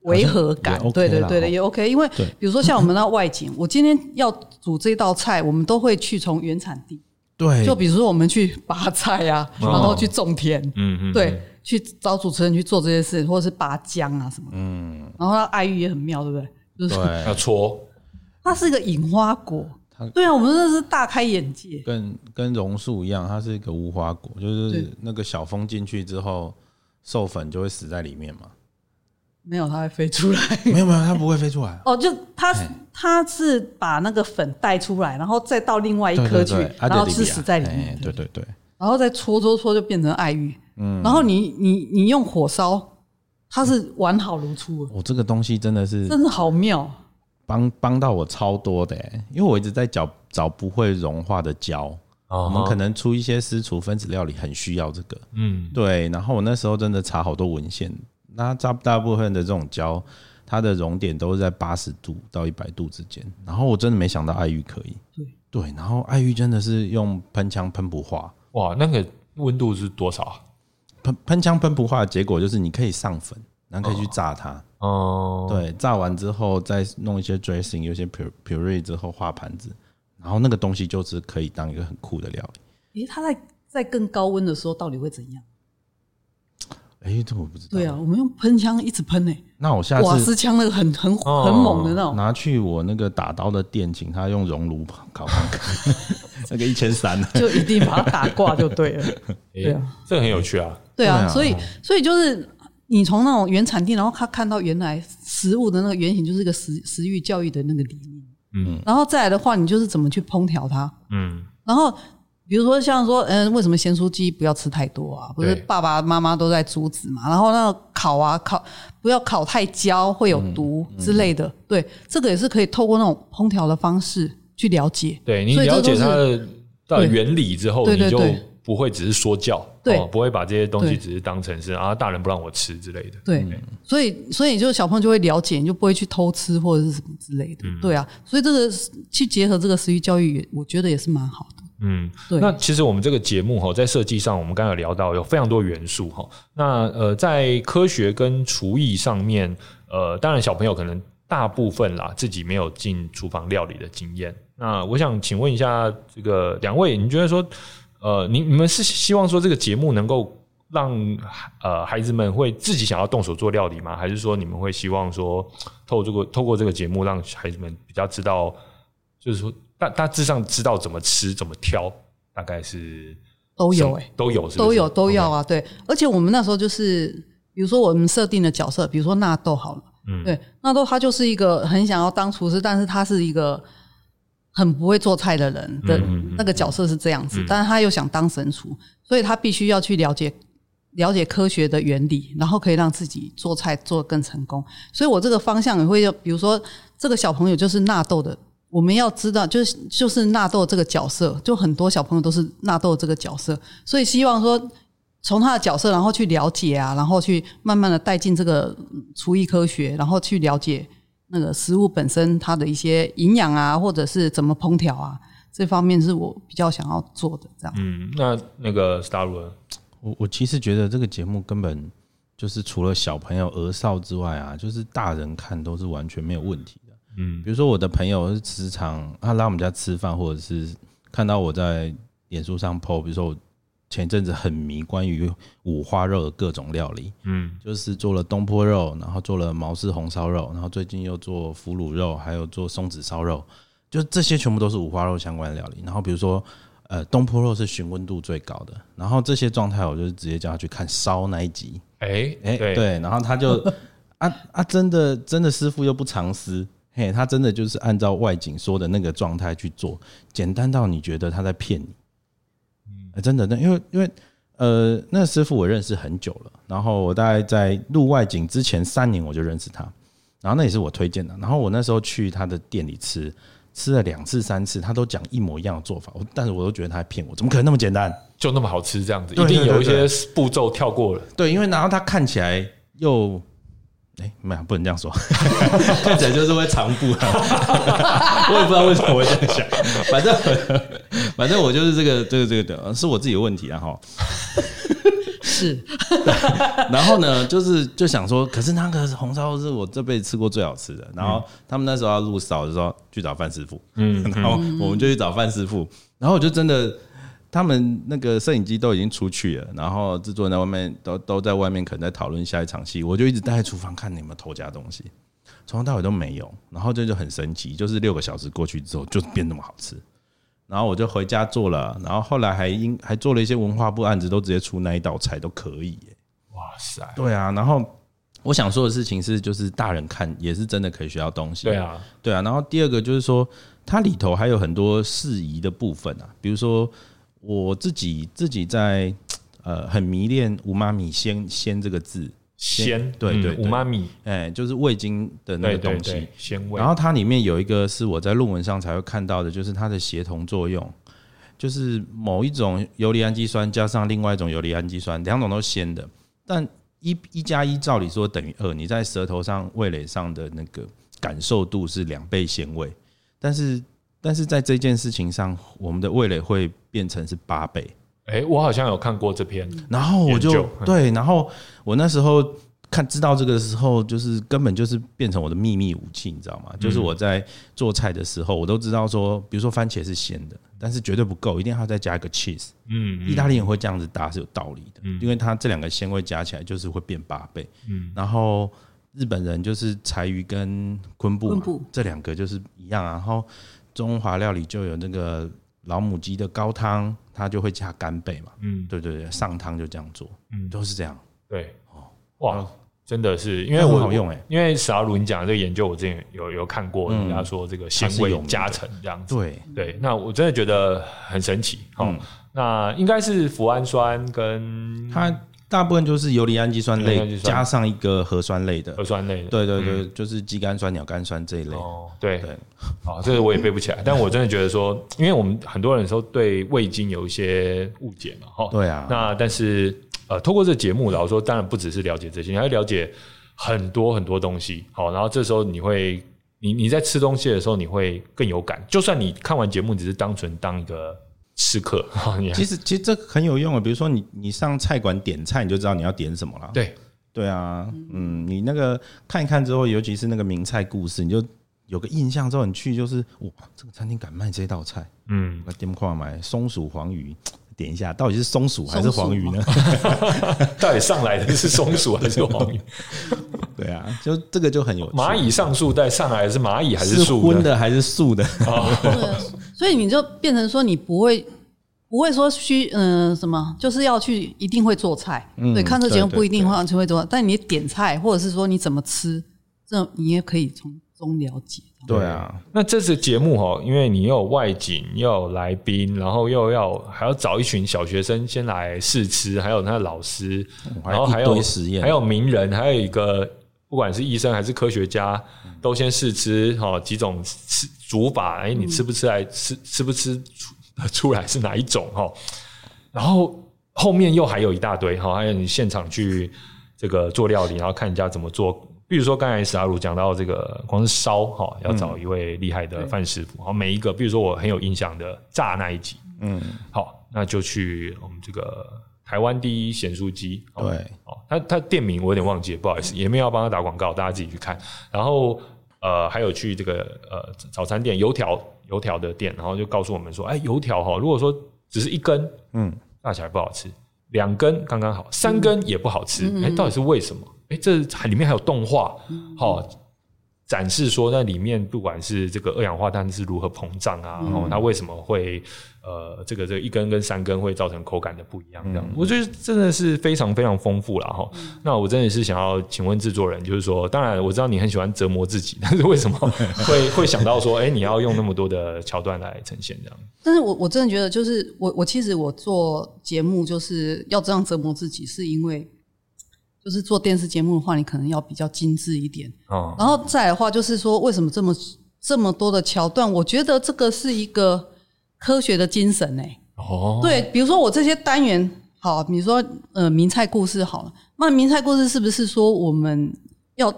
违和感好像对也，OK 对啦对的，哦也 OK。因为对比如说像我们那外景， 我今天要煮这道菜，我们都会去从原产地，对，就比如说我们去拔菜啊，哦然后去种田，嗯嗯，对，去找主持人去做这些事，或者是拔姜啊什么的。嗯，然后它爱玉也很妙，对不对？就是嗯，要对，搓，它是一个引花果它，对啊，我们真的是大开眼界。跟跟榕树一样，它是一个无花果，就是对那个小蜂进去之后，授粉就会死在里 面嘛。没有，它会飞出来。没有没有，它不会飞出来。哦，就它哎它是把那个粉带出来，然后再到另外一对颗对去对，，啊哎然后对吃对对死在里哎面，对嗯对对，然后再搓搓搓就变成爱玉。然后你你你用火烧，它是完好如初的，我这个东西真的是真的好妙。帮帮到我超多的、欸，因为我一直在找找不会融化的胶，我我哦们哦可能出一些私厨分子料理很需要这个。嗯对，然后我那时候真的查好多文献，那大大部分的这种胶，它的熔点都是在八十度到一百度之间。然后我真的没想到爱玉可以，对对，然后爱玉真的是用喷枪喷不化，哇，那个温度是多少啊？喷喷枪喷不化的结果就是你可以上粉，然后可以去炸它。哦，对，炸完之后再弄一些 dressing，有一些 pur- puree 之后画盘子，然后那个东西就是可以当一个很酷的料理。诶，它在在更高温的时候到底会怎样？哎、这我不知道。对啊，，我们用喷枪一直喷诶，那我下瓦次斯枪那个很很哦很猛的那种。拿去我那个打刀的店，请他用熔炉烤看看， 那个一千三啊呢？ 就一定把它打挂就对了。诶对啊，这个很有趣啊。对对啊，啊所以所以就是你从那种原产地，然后他看到原来食物的那个原型，就是一个食食育教育的那个理念。嗯然后再来的话，你就是怎么去烹调它。嗯，然后比如说像说，嗯，为什么咸酥鸡不要吃太多啊？不是对爸爸妈妈都在阻止嘛？然后那个烤啊烤，不要烤太焦，会有毒之类的。对，这个也是可以透过那种烹调的方式去了解。对你所以这了解都是它的到底原理之后，对你对就对不会只是说教，对哦不会把这些东西对只是当成是啊大人不让我吃之类的。对，所以所以就小朋友就会了解，你就不会去偷吃或者是什么之类的。对啊，所以这个是去结合这个食育教育也，我觉得也是蛮好的。嗯，对那其实我们这个节目哈，在设计上，我们刚刚有聊到有非常多元素哈。那呃，在科学跟厨艺上面，呃，当然小朋友可能大部分啦自己没有进厨房料理的经验。那我想请问一下，这个两位，你觉得说，呃，你你们是希望说这个节目能够让呃孩子们会自己想要动手做料理吗？还是说你们会希望说透过这个透过这个节目让孩子们比较知道，就是说大大致上知道怎么吃怎么挑，大概是都有什么哎、都有是不是都有都要 OK，啊，对。而且我们那时候就是，比如说我们设定的角色，比如说纳豆好了，嗯对，纳豆他就是一个很想要当厨师，但是他是一个很不会做菜的人的嗯嗯嗯那个角色是这样子，嗯但是他又想当神厨，所以他必须要去了解。了解科学的原理，然后可以让自己做菜做得更成功。所以我这个方向也会，比如说这个小朋友就是纳豆的，我们要知道，就是就是纳豆这个角色，就很多小朋友都是纳豆这个角色，所以希望说从他的角色，然后去了解啊，然后去慢慢的带进这个嗯厨艺科学，然后去了解那个食物本身它的一些营养啊，或者是怎么烹调啊，这方面是我比较想要做的这样。嗯，那那个 Star 伦，我我其实觉得这个节目根本就是除了小朋友儿少之外啊，就是大人看都是完全没有问题的。嗯比如说我的朋友是时常他来我们家吃饭，或者是看到我在脸书上 PO，比如说我前一阵子很迷关于五花肉的各种料理，嗯就是做了东坡肉，然后做了毛氏红烧肉，然后最近又做腐乳肉，还有做松子烧肉，就这些全部都是五花肉相关的料理。然后比如说，呃，东坡肉是询问度最高的，然后这些状态我就直接叫他去看烧那一集，哎哎、对对，然后他就啊啊，真的真的师傅又不藏私，嘿，他真的就是按照外景说的那个状态去做，简单到你觉得他在骗你，呃真的，那因为因为呃，那个师傅我认识很久了，然后我大概在录外景之前三年我就认识他，然后那也是我推荐的，然后我那时候去他的店里吃。吃了两次三次，他都讲一模一样的做法，我但是我都觉得他在骗我，怎么可能那么简单？就那么好吃这样子，对一定对对有一些步骤跳过了。对，因为然后他看起来又，哎、没有不能这样说， 看起来就是会长步啊。 我也不知道为什么我会这样想，反正反正我就是这个这个这个的，是我自己的问题啊哈。是， 然后呢，就是就想说，可是那个红烧肉是我这辈子吃过最好吃的。然后他们那时候要入扫，就说去找范师傅，嗯， 然后我们就去找范师傅，然后我就真的。他们那个摄影机都已经出去了，然后制作人在外面都都在外面，可能在讨论下一场戏。我就一直待在厨房看你有没有偷加东西，从头到尾都没有。然后这就很神奇，就是六个小时过去之后，就变那么好吃。然后我就回家做了，然后后来还因还做了一些文化部案子，都直接出那一道菜都可以耶、哇塞，对啊，然后我想说的事情是，就是大人看也是真的可以学到东西。对，啊，对啊。然后第二个就是说，它里头还有很多适宜的部分啊，比如说我自己自己在呃很迷恋“无妈咪鲜鲜”这个字，鲜对对嗯对五妈咪哎、就是味精的那对个对东西。对，鲜味然。后它里面有一个是我在论文上才会看到的，就是它的协同作用，就是某一种游离氨基酸加上另外一种游离氨基酸，两种都是鲜的，但一一加一照理说等于二，你在舌头上、味蕾上的那个感受度是两倍鲜味，但是但是在这件事情上，我们的味蕾会变成是八倍，哎、我好像有看过这篇，然后我研就究嗯对，然后我那时候看知道这个时候，就是根本就是变成我的秘密武器，你知道嗯吗？就是我在做菜的时候，我都知道说，比如说番茄是鲜的，但是绝对不够，一定要再加一个 cheese。嗯，意大利人会这样子搭是有道理的，因为它这两个鲜味加起来就是会变八倍。嗯然后日本人就是柴鱼跟昆布嘛，啊昆布这两个就是一样啊。然后中华料理就有那个老母鸡的高汤，它就会加干贝嘛。嗯，对对对，上汤就这样做，嗯都是这样，对，哇嗯，真的是，因为那很我好用欸嗯因为史达鲁你讲的这个研究，我之前有有看过，人家说这个鲜它是有味名的加成这样子，对，对，那我真的觉得很神奇，哦，嗯那应该是脯氨酸跟它大部分就是游离氨基酸游离氨基类酸加上一个核酸类的核，酸类的，对对对，就是肌酐酸、鸟苷酸这一类，哦，对对，哦，这个我也背不起来，但我真的觉得说，因为我们很多人说对味精有一些误解嘛，哈，对啊那但是呃，透过这个节目，老实说，当然不只是了解这些，你还了解很多很多东西，好，然后这时候你会。你你在吃东西的时候，你会更有感。就算你看完节目，只是单纯当一个吃客，哈你还其实其实这个很有用啊，比如说你你上菜馆点菜，你就知道你要点什么了。对 对啊，嗯，你那个看一看之后，尤其是那个名菜故事，你就有个印象之后，你去就是哇，这个餐厅敢卖这道菜，嗯我点跨买松鼠黄鱼，点一下，到底是松鼠还是黄鱼呢？到底上来的是松鼠还是黄鱼？ 对啊，就这个就很有趣啊蚂蚁上树带上来的是蚂蚁还是树荤？的还是素的？所以你就变成说你不会。不会说需嗯、什么，就是要去一定会做菜，对，看这节目嗯对对不一定会就会做菜，但你点菜或者是说你怎么吃，这你也可以从中了解。 对啊，那这次节目哈，因为你又有外景，又有来宾，然后又要还要找一群小学生先来试吃，还有那老师，然后还一有堆实验还有名人，还有一个不管是医生还是科学家，嗯都先试吃哈几种吃煮法，哎，你吃不吃来吃吃不吃出 出来是哪一种哈？然后后面又还有一大堆哈，还有你现场去这个做料理，然后看人家怎么做。比如说刚才史阿鲁讲到这个，光是烧哈，嗯要找一位厉害的范师傅。好，每一个，比如说我很有印象的炸那一集，嗯，好，那就去我们这个台湾第一咸酥鸡。哦对，嗯哦，他他店名我有点忘记了，不好意思，也没有要帮他打广告，大家自己去看。然后呃，还有去这个呃早餐店油条油条的店，然后就告诉我们说，哎，油条哈，如果说只是一根，嗯，大起来不好吃，两根刚刚好，三根也不好吃，哎、到底是为什么？哎，这里面还有动画，好、展示说那里面不管是这个二氧化碳是如何膨胀啊，然后它为什么会呃这个这个一根跟三根会造成口感的不一样，这样、我觉得真的是非常非常丰富了哈。那我真的是想要请问制作人，就是说，当然我知道你很喜欢折磨自己，但是为什么会会想到说，哎、你要用那么多的桥段来呈现这样？但是我我真的觉得，就是我我其实我做节目就是要这样折磨自己，是因为就是做电视节目的话，你可能要比较精致一点。哦、然后再来的话，就是说为什么这么这么多的桥段？我觉得这个是一个科学的精神呢、欸哦，对，比如说我这些单元，好，比如说呃名菜故事好了，那名菜故事是不是说我们要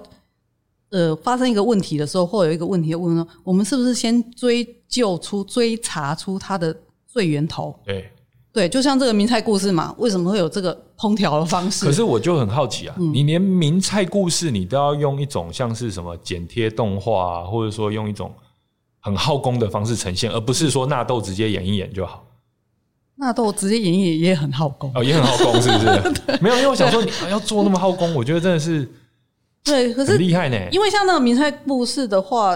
呃发生一个问题的时候，或有一个问题要问呢？我们是不是先追究出、追查出它的最源头？对。对，就像这个名菜故事嘛，为什么会有这个烹调的方式？可是我就很好奇啊，嗯你连名菜故事你都要用一种像是什么剪贴动画、啊，或者说用一种很耗工的方式呈现，而不是说纳豆直接演一演就好。 纳豆直接演绎也很好攻。哦，也很耗工是不是？没有，因为我想说 你哎要做那么耗工，我觉得真的是对，可很是厉害呢。因为像那个名菜故事的话，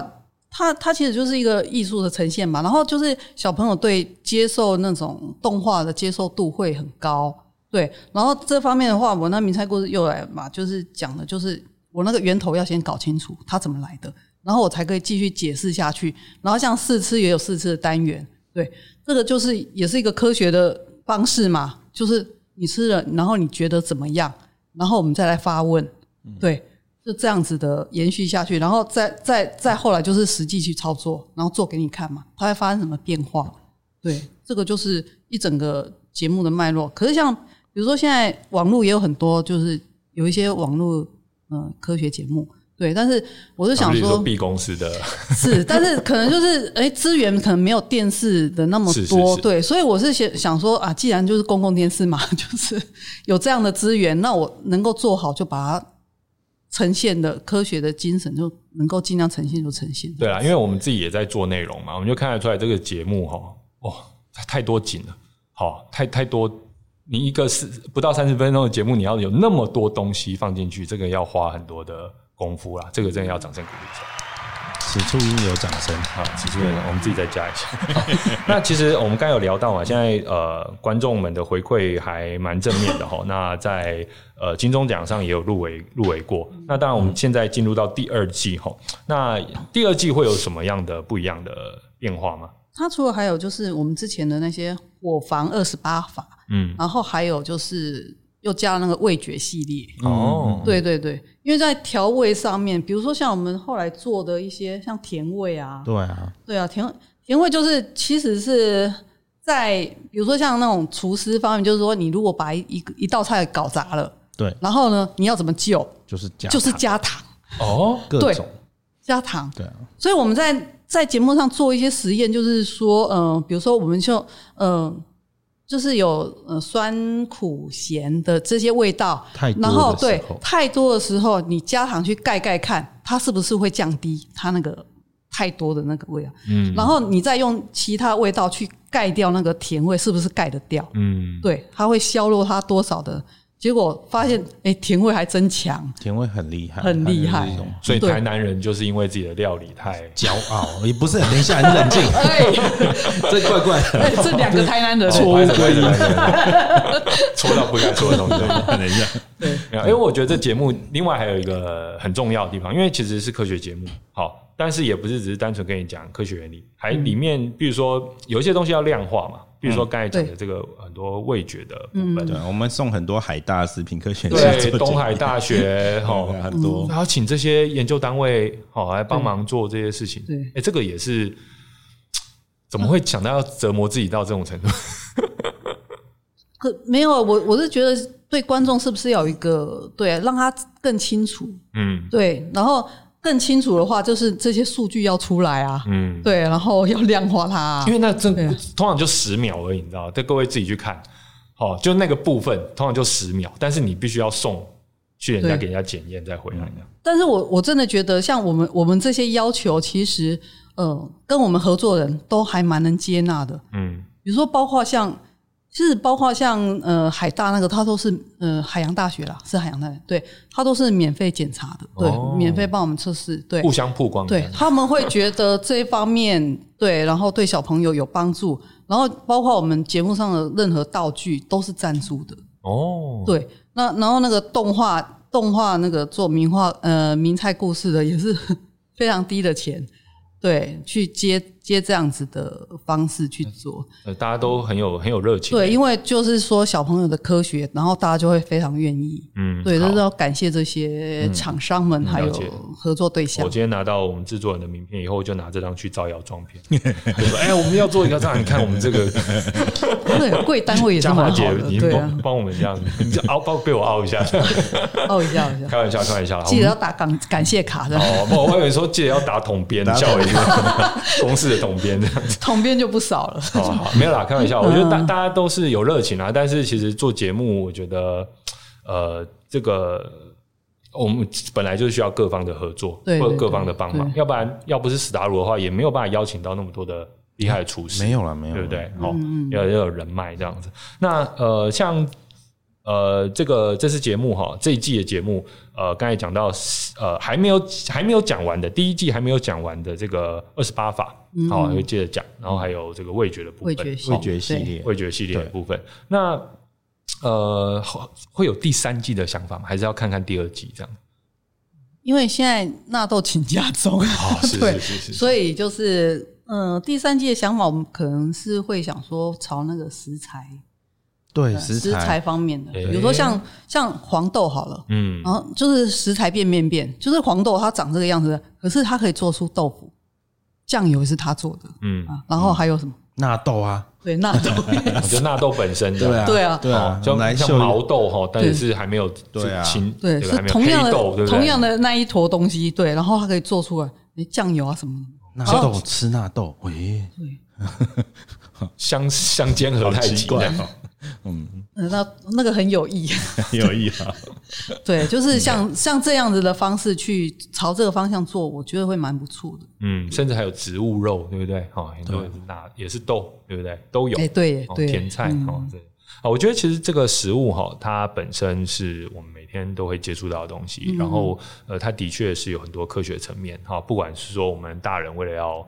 它它其实就是一个艺术的呈现嘛。然后就是小朋友对接受那种动画的接受度会很高，对。然后这方面的话，我那名菜故事又来嘛，就是讲的就是我那个源头要先搞清楚它怎么来的，然后我才可以继续解释下去。然后像试吃也有试吃的单元，对，这个就是也是一个科学的方式嘛，就是你吃了，然后你觉得怎么样，然后我们再来发问，嗯对。就这样子的延续下去，然后再再再后来就是实际去操作，然后做给你看嘛，它会发生什么变化？对，这个就是一整个节目的脉络。可是像比如说现在网络也有很多，就是有一些网络嗯、呃科学节目，对，但是我是想啊比如说说 B 公司的， 是，但是可能就是哎资源可能没有电视的那么多，是是是对，所以我是想想说啊，既然就是公共电视嘛， 就是有这样的资源，那我能够做好就把它呈现的科学的精神，就能够尽量呈现就呈现。对啊啦，因为我们自己也在做内容嘛，我们就看得出来这个节目哈，哇、太太多景了，好、太太多。你一个是不到三十分钟的节目，你要有那么多东西放进去，这个要花很多的功夫啦，这个真的要掌声鼓励一下。此处应有掌声。好，其实我们自己再加一下。那其实我们刚才有聊到嘛，现在呃观众们的回馈还蛮正面的哈。那在呃金钟奖上也有入围入围过。那当然我们现在进入到第二季哈，那第二季会有什么样的不一样的变化吗？它除了还有就是我们之前的那些火防二十八法，嗯，然后还有就是又加了那个味觉系列，哦，对对对，因为在调味上面，比如说像我们后来做的一些像甜味啊，对啊，对啊，甜甜味就是其实是在比如说像那种厨师方面，就是说你如果把一一个一道菜搞砸了，对，然后呢你要怎么救？就是加糖，就是加糖，哦，各对种，加糖。对啊，所以我们在在节目上做一些实验，就是说，呃，比如说我们就呃，就是有呃酸苦咸的这些味道，太多的然后时候对太多的时候，你加糖去盖盖看，它是不是会降低它那个太多的那个味道，嗯，然后你再用其他味道去盖掉那个甜味，是不是盖得掉？嗯，对，它会削弱它多少的。结果发现，哎，甜味还真强，甜味很厉害，很厉害它就是一种所以对台南人就是因为自己的料理太骄傲，也不是。等一下，你冷 静，哎，这怪怪的。哎这两个台 南人哦不好意思不好意思不好意思戳到不该戳的东西。等一下，没有因为我觉得这节目另外还有一个很重要的地方，因为其实是科学节目，好，但是也不是只是单纯跟你讲科学原理，还嗯里面比如说有一些东西要量化嘛，比如说刚才讲的对嗯这个很多味觉的部分，对，我们送很多海大食品科学 系对做东检海验大 学哦哦，，很多然后请这些研究单位哦来帮忙做这些事情，对对哎，这个也是怎么会想到要折磨自己到这种程度？可没有，啊我我是觉得对观众是不是要有一个对，啊让他更清楚，嗯对，然后更清楚的话，就是这些数据要出来啊，嗯，对，然后要量化它、啊因，为那正对啊通常就十秒而已，你知道，这各位自己去看，哦，就那个部分通常就十秒，但是你必须要送去人家对给人家检验再回来的，但是我我真的觉得，像我们我们这些要求，其实呃，跟我们合作人都还蛮能接纳的。嗯比如说，包括像是包括像呃海大那个，他都是呃海洋大学啦，是海洋大学，对他都是免费检查的，对，哦免费帮我们测试，对，互相曝光的对感觉，他们会觉得这一方面对，然后对小朋友有帮助，然后包括我们节目上的任何道具都是赞助的，哦，对。那然后那个动画动画那个做名画呃名菜故事的也是非常低的钱，对，去接接这样子的方式去做，呃大家都很有很有热情，对，因为就是说小朋友的科学，然后大家就会非常愿意。嗯，对，好嗯就是要感谢这些厂商们，还了有解合作对象我。今天拿到我们制作人的名片以后，我就拿这张去招摇撞 骗，就说：“哎，我们要做一个这样，你看我们这个 对，贵单位也是嘉华蛮姐好的，已经对啊帮，帮我们这样，你就凹包被我凹一下， 哦一下，哦一下。开玩笑，开玩笑啦，记得要打感感谢卡的，哦， 不，我以为说记得要打统编，打叫一个 公司的统编这样子。统编就不少了。哦，好，没有 啦，开玩笑。我觉得大嗯大家都是有热情啊，但是其实做节目，我觉得，呃，这个我们本来就是需要各方的合作，对对或者各方的帮忙，对要不然要不是史达鲁的话，也没有办法邀请到那么多的厉害的厨师，没有了，没有，嗯对不对？？好、嗯要要有人脉这样子。那呃，像呃这个这次节目哈，这一季的节目，呃，刚才讲到呃还没有还没有讲完的第一季还没有讲完的这个二十八法，好、会接着讲，然后还有这个味觉的部分，嗯味觉系好味觉系列，味觉系列的对部分。那呃，好会有第三季的想法吗？还是要看看第二季这样？因为现在纳豆请假中，哦，是对是是 是是，所以就是嗯、呃第三季的想法，我们可能是会想说朝那个食材、对呃食食材材，方面的，对比如说像像黄豆好了，嗯然后就是食材变变变，就是黄豆它长这个样子，可是它可以做出豆腐，酱油也是它做的嗯，啊，然后还有什么？纳豆啊，对，纳豆也就纳豆本身的。对啊，对啊对啊，就我们来像秀毛豆哈，但是是还没有对啊清对，这个是还没有同样黑的豆，对不对？同样的那一坨东西，对，然后它可以做出来，诶酱油啊什么的。纳豆吃纳豆，喂，相相煎何太急这样 呃那那个很有意义， 很嗯有意思啊。对，就是嗯像像这样子的方式去朝这个方向做，我觉得会蛮不错的。嗯，甚至还有植物肉，对不对？哦，很多也是那也是豆，对不对？都有。哎、对耶哦，对耶，甜菜嗯哦，对啊，我觉得其实这个食物哈，它本身是我们每天都会接触到的东嗯西，然后呃，它的确是有很多科学层面哈，不管是说我们大人为了要。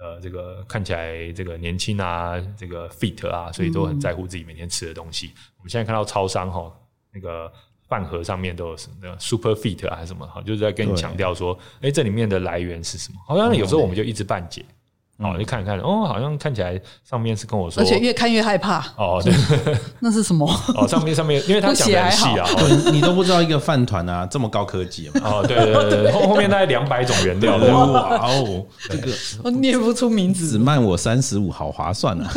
呃，这个看起来这个年轻啊，这个 fit 啊，所以都很嗯在乎自己每天吃的东西。我们现在看到超商哈，那个饭盒上面都有什么那个 super fit 啊，还是什么哈，就是在跟你对强调说，哎，这里面的来源是什么？好像有时嗯候我们就一知半解，好，就看一看，哦，好像看起来上面是跟我说，而且越看越害怕，哦，对，那是 什么？哦，上面上面，因为他讲的很细啊。哦对你都不知道一个饭团啊， 这么高科技嘛？哦，对对对，后后面大概两百种原料这样哇哦，这个我念不出名只字，卖我三十五，好划算啊，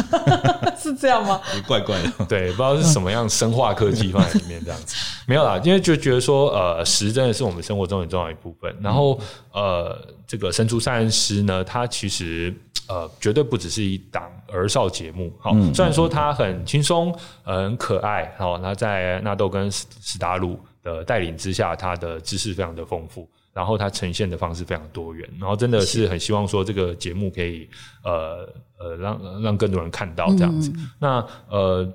是这样吗？怪怪的。对，不知道是什么样生化科技放在里面这样子，没有啦，因为就觉得说，呃，食真的是我们生活中很重要的一部分。然后，呃，这个神厨三人师呢，它其实呃，绝对不只是一档儿少节目。好、虽然说它很轻松，呃很可爱，好、那在纳豆跟史史达鲁的带领之下，它的知识非常的丰富。然后它呈现的方式非常多元，然后真的是很希望说这个节目可以呃呃让让更多人看到这样子。那呃，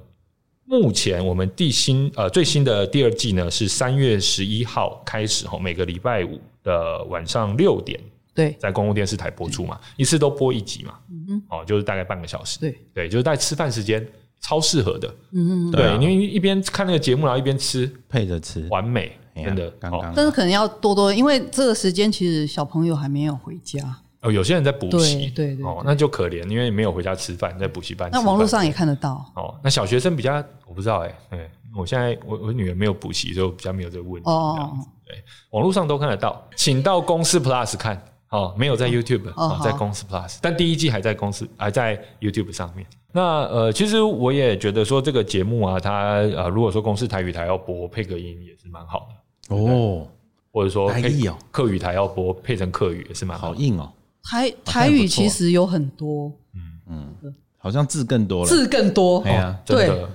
目前我们第新呃最新的第二季呢是三月十一号开始哈，每个礼拜五的晚上六点对在公共电视台播出嘛，一次都播一集嘛，哦，就是大概半个小时，嗯对，对，就是在吃饭时间超适合的，嗯嗯。对，啊因为一边看那个节目，然后一边吃，配着吃，完美，哎呀真的，刚哦刚但是可能要多多，因为这个时间其实小朋友还没有回家，哦，有些人在补习，对对对哦，那就可怜，因为没有回家吃饭，在补习班吃那饭。网络上也看得到哦，那小学生比较，我不知道哎、哎，我现在我我女儿没有补习，所以我比较没有这个问题。哦这样子对，网络上都看得到，请到公司 Plus 看。哦，没有在 YouTube，、哦哦、在好公司 Plus，但第一季还在公司，还在 YouTube 上面。那呃，其实我也觉得说这个节目啊，它呃，如果说公司台语台要播配个音也是蛮好的，哦，或者说台配语哦客语台要播配成客语也是蛮好好的。硬哦，台像台不语，错其实有很多好像字更多了，字更多呃哎，呀，哦真对的，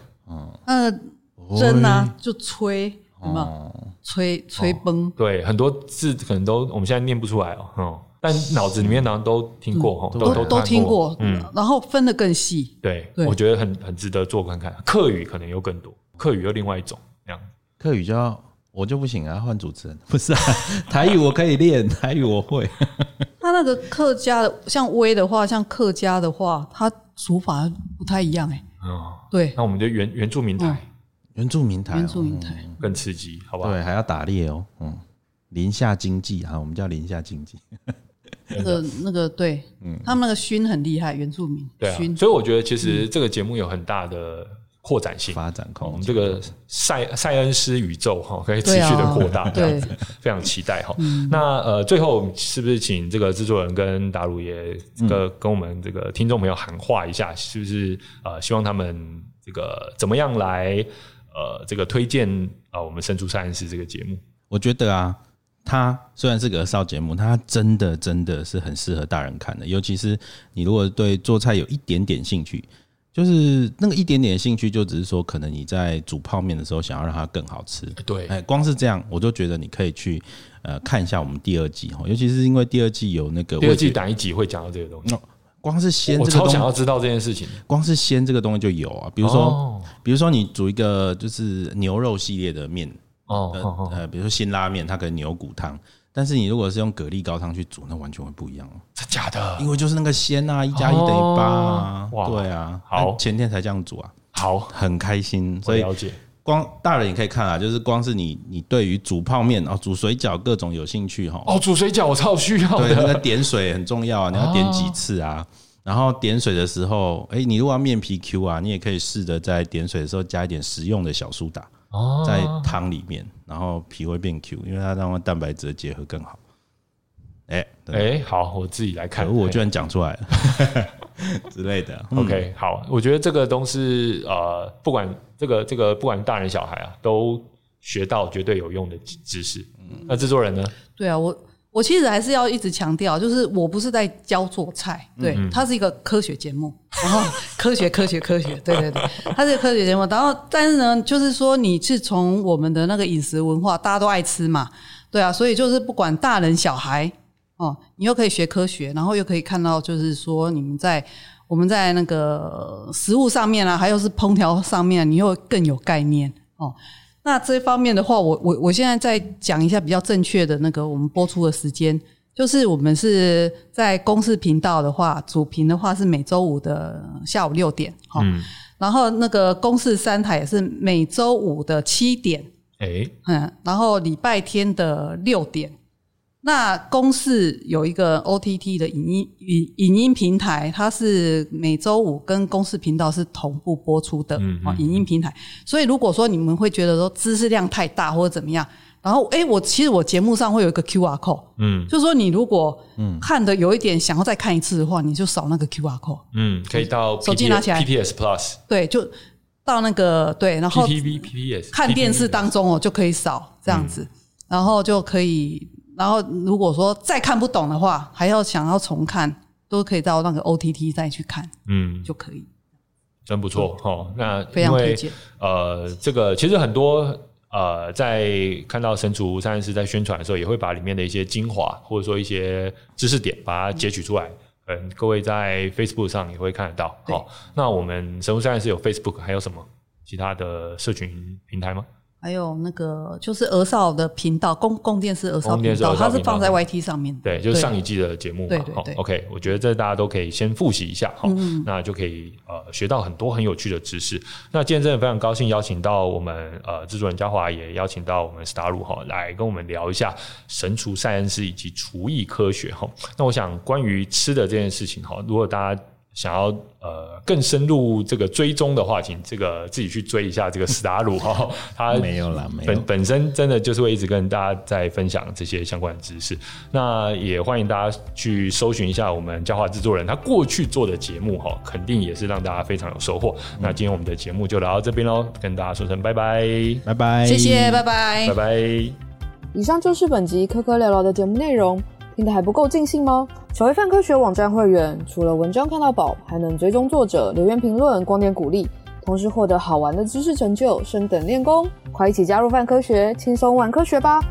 那针啊就吹，有没有哦，吹吹崩？对，很多字可能都我们现在念不出来哦，嗯，但脑子里面好像都听过，哦，都都都看听过，嗯，然后分得更细，对，对我觉得很很值得做看看。客语可能有更多，客语又另外一种这样。客语就要我就不行啊，换主持人 不是啊，台语我可 以练，台语我会，他那个客家的，像威的话，像客家的话，它煮法不太一样哎、嗯，对，那我们就原原住民台原住民台哦，原住民台，更刺激，好不好？对，还要打猎哦，嗯，林下经济啊，我们叫林下经济，那个那个对，他们那个熏很厉害，原住民对啊熏，所以我觉得其实这个节目有很大的扩展性。发展哦我空们间，这个塞塞恩斯宇宙哈、哦可以持对啊续的扩大，这样对嗯子、非常期待哈、那呃，最后是不是请这个制作人跟达鲁也嗯跟跟我们这个听众朋友喊话一下，是不是呃，希望他们这个怎么样来呃这个推荐啊、呃我们《生出塞恩斯》这个节目？我觉得啊，它虽然是个儿少节目，它真的真的是很适合大人看的，尤其是你如果对做菜有一点点兴趣。就是那个一点点兴趣，就只是说，可能你在煮泡面的时候，想要让它更好吃，对哎，光是这样，我就觉得你可以去呃看一下我们第二季哦，尤其是因为第二季有那第个二我也觉季得哪一集会讲到这个东西？光是鲜我这个超东西想，要知道这件事情。哦光是鲜这个东西就有啊。比比如说，比如说你煮一个就是牛肉系列的面，哦呃哦哦，呃，比如说辛拉面，它可能牛骨汤，但是你如果是用蛤蜊高汤去煮，那完全会不一样哦，真假的？因为就是那个鲜啊，一加一等于八啊哦哇，对啊，好那前天才这样煮啊，好，很开心，我所以了解。光大人也可以看啊，就是光是你你对于煮泡面哦、煮水饺各种有兴趣哈、哦，煮水饺我超需要对，那个的。点水很重要啊，你要点几次啊？哦然后点水的时候，哎、你如果要面皮 Q 啊，你也可以试着在点水的时候加一点食用的小苏打哦在汤里面，然后皮会变 Q，因为它让蛋白质的结合更好。哎、哎、对好，我自己来可看。恶，我居然讲出来了 之类的。嗯 OK，好，我觉得这个都是呃，不管这个这个，不管大人小孩啊，都学到绝对有用的知知识。那制作人呢？对啊，我我其实还是要一直强调，就是我不是在教做菜，对，它是一个科学节目，然后科学科学科学，对对对，它是科学节目。然后但是呢，就是说你是从我们的那个饮食文化，大家都爱吃嘛，对啊，所以就是不管大人小孩哦，你又可以学科学，然后又可以看到就是说你们在。我们在那个食物上面啊，还有是烹调上面，啊你又更有概念哦。那这方面的话，我我我现在再讲一下比较正确的那个我们播出的时间，就是我们是在公视频道的话，主频的话是每周五的下午六点，哈、嗯，然后那个公视三台也是每周五的七点，哎、嗯，然后礼拜天的六点。那公视有一个 OTT 的影音影影音平台，它是每周五跟公视频道是同步播出的嗯哦，影音平台。所以如果说你们会觉得说知识量太大或者怎么样，然后诶，我其实我节目上会有一个 QR code，嗯就是说你如果看的有一点想要再看一次的话，你就扫那个 QR code，嗯，可以到 PTS, 手机拿起来 PTS Plus、对，就到那个对，然后 PTV、PTS 看电视当中哦就可以扫这样嗯子，然后就可以，然后如果说再看不懂的话，还要想要重看，都可以到那个 OTT 再去看嗯，就可以，真不错哦。那嗯非因常推为荐。呃，这个其实很多呃，在看到神厨三师在宣传的时候，也会把里面的一些精华或者说一些知识点把它截取出来。嗯，各位在 Facebook 上也会看得到。对好，那我们神厨三师有 Facebook，还有什么其他的社群平台吗？还有那个就是鹅少的频道，供供电视鹅少供电频视鹅道，少它是频道放在 YT 上面的。对，就是上一季的节目对嘛对。嗯好对，OK，我觉得这大家都可以先复习一下，好，那就可以呃学到很多很有趣的知识。那今天真的非常高兴邀请到我们呃制作人嘉华，也邀请到我们 Star 路哈来跟我们聊一下神厨赛恩斯以及厨艺科学哈。那我想关于吃的这件事情哈，如果大家想要呃更深入这个追踪的话，请这个自己去追一下这个 Star 路哈，他没有啦，没有本。本身真的就是会一直跟大家在分享这些相关的知识。那也欢迎大家去搜寻一下我们教化制作人他过去做的节目哈，肯定也是让大家非常有收获。那今天我们的节目就聊到这边喽，跟大家说声拜拜，拜拜，谢谢，拜拜拜拜。以上就是本集科科聊聊的节目内容，听得还不够尽兴吗？成为泛科学网站会员，除了文章看到宝，还能追踪作者、留言评论、光点鼓励，同时获得好玩的知识成就、升等练功。快一起加入泛科学，轻松玩科学吧！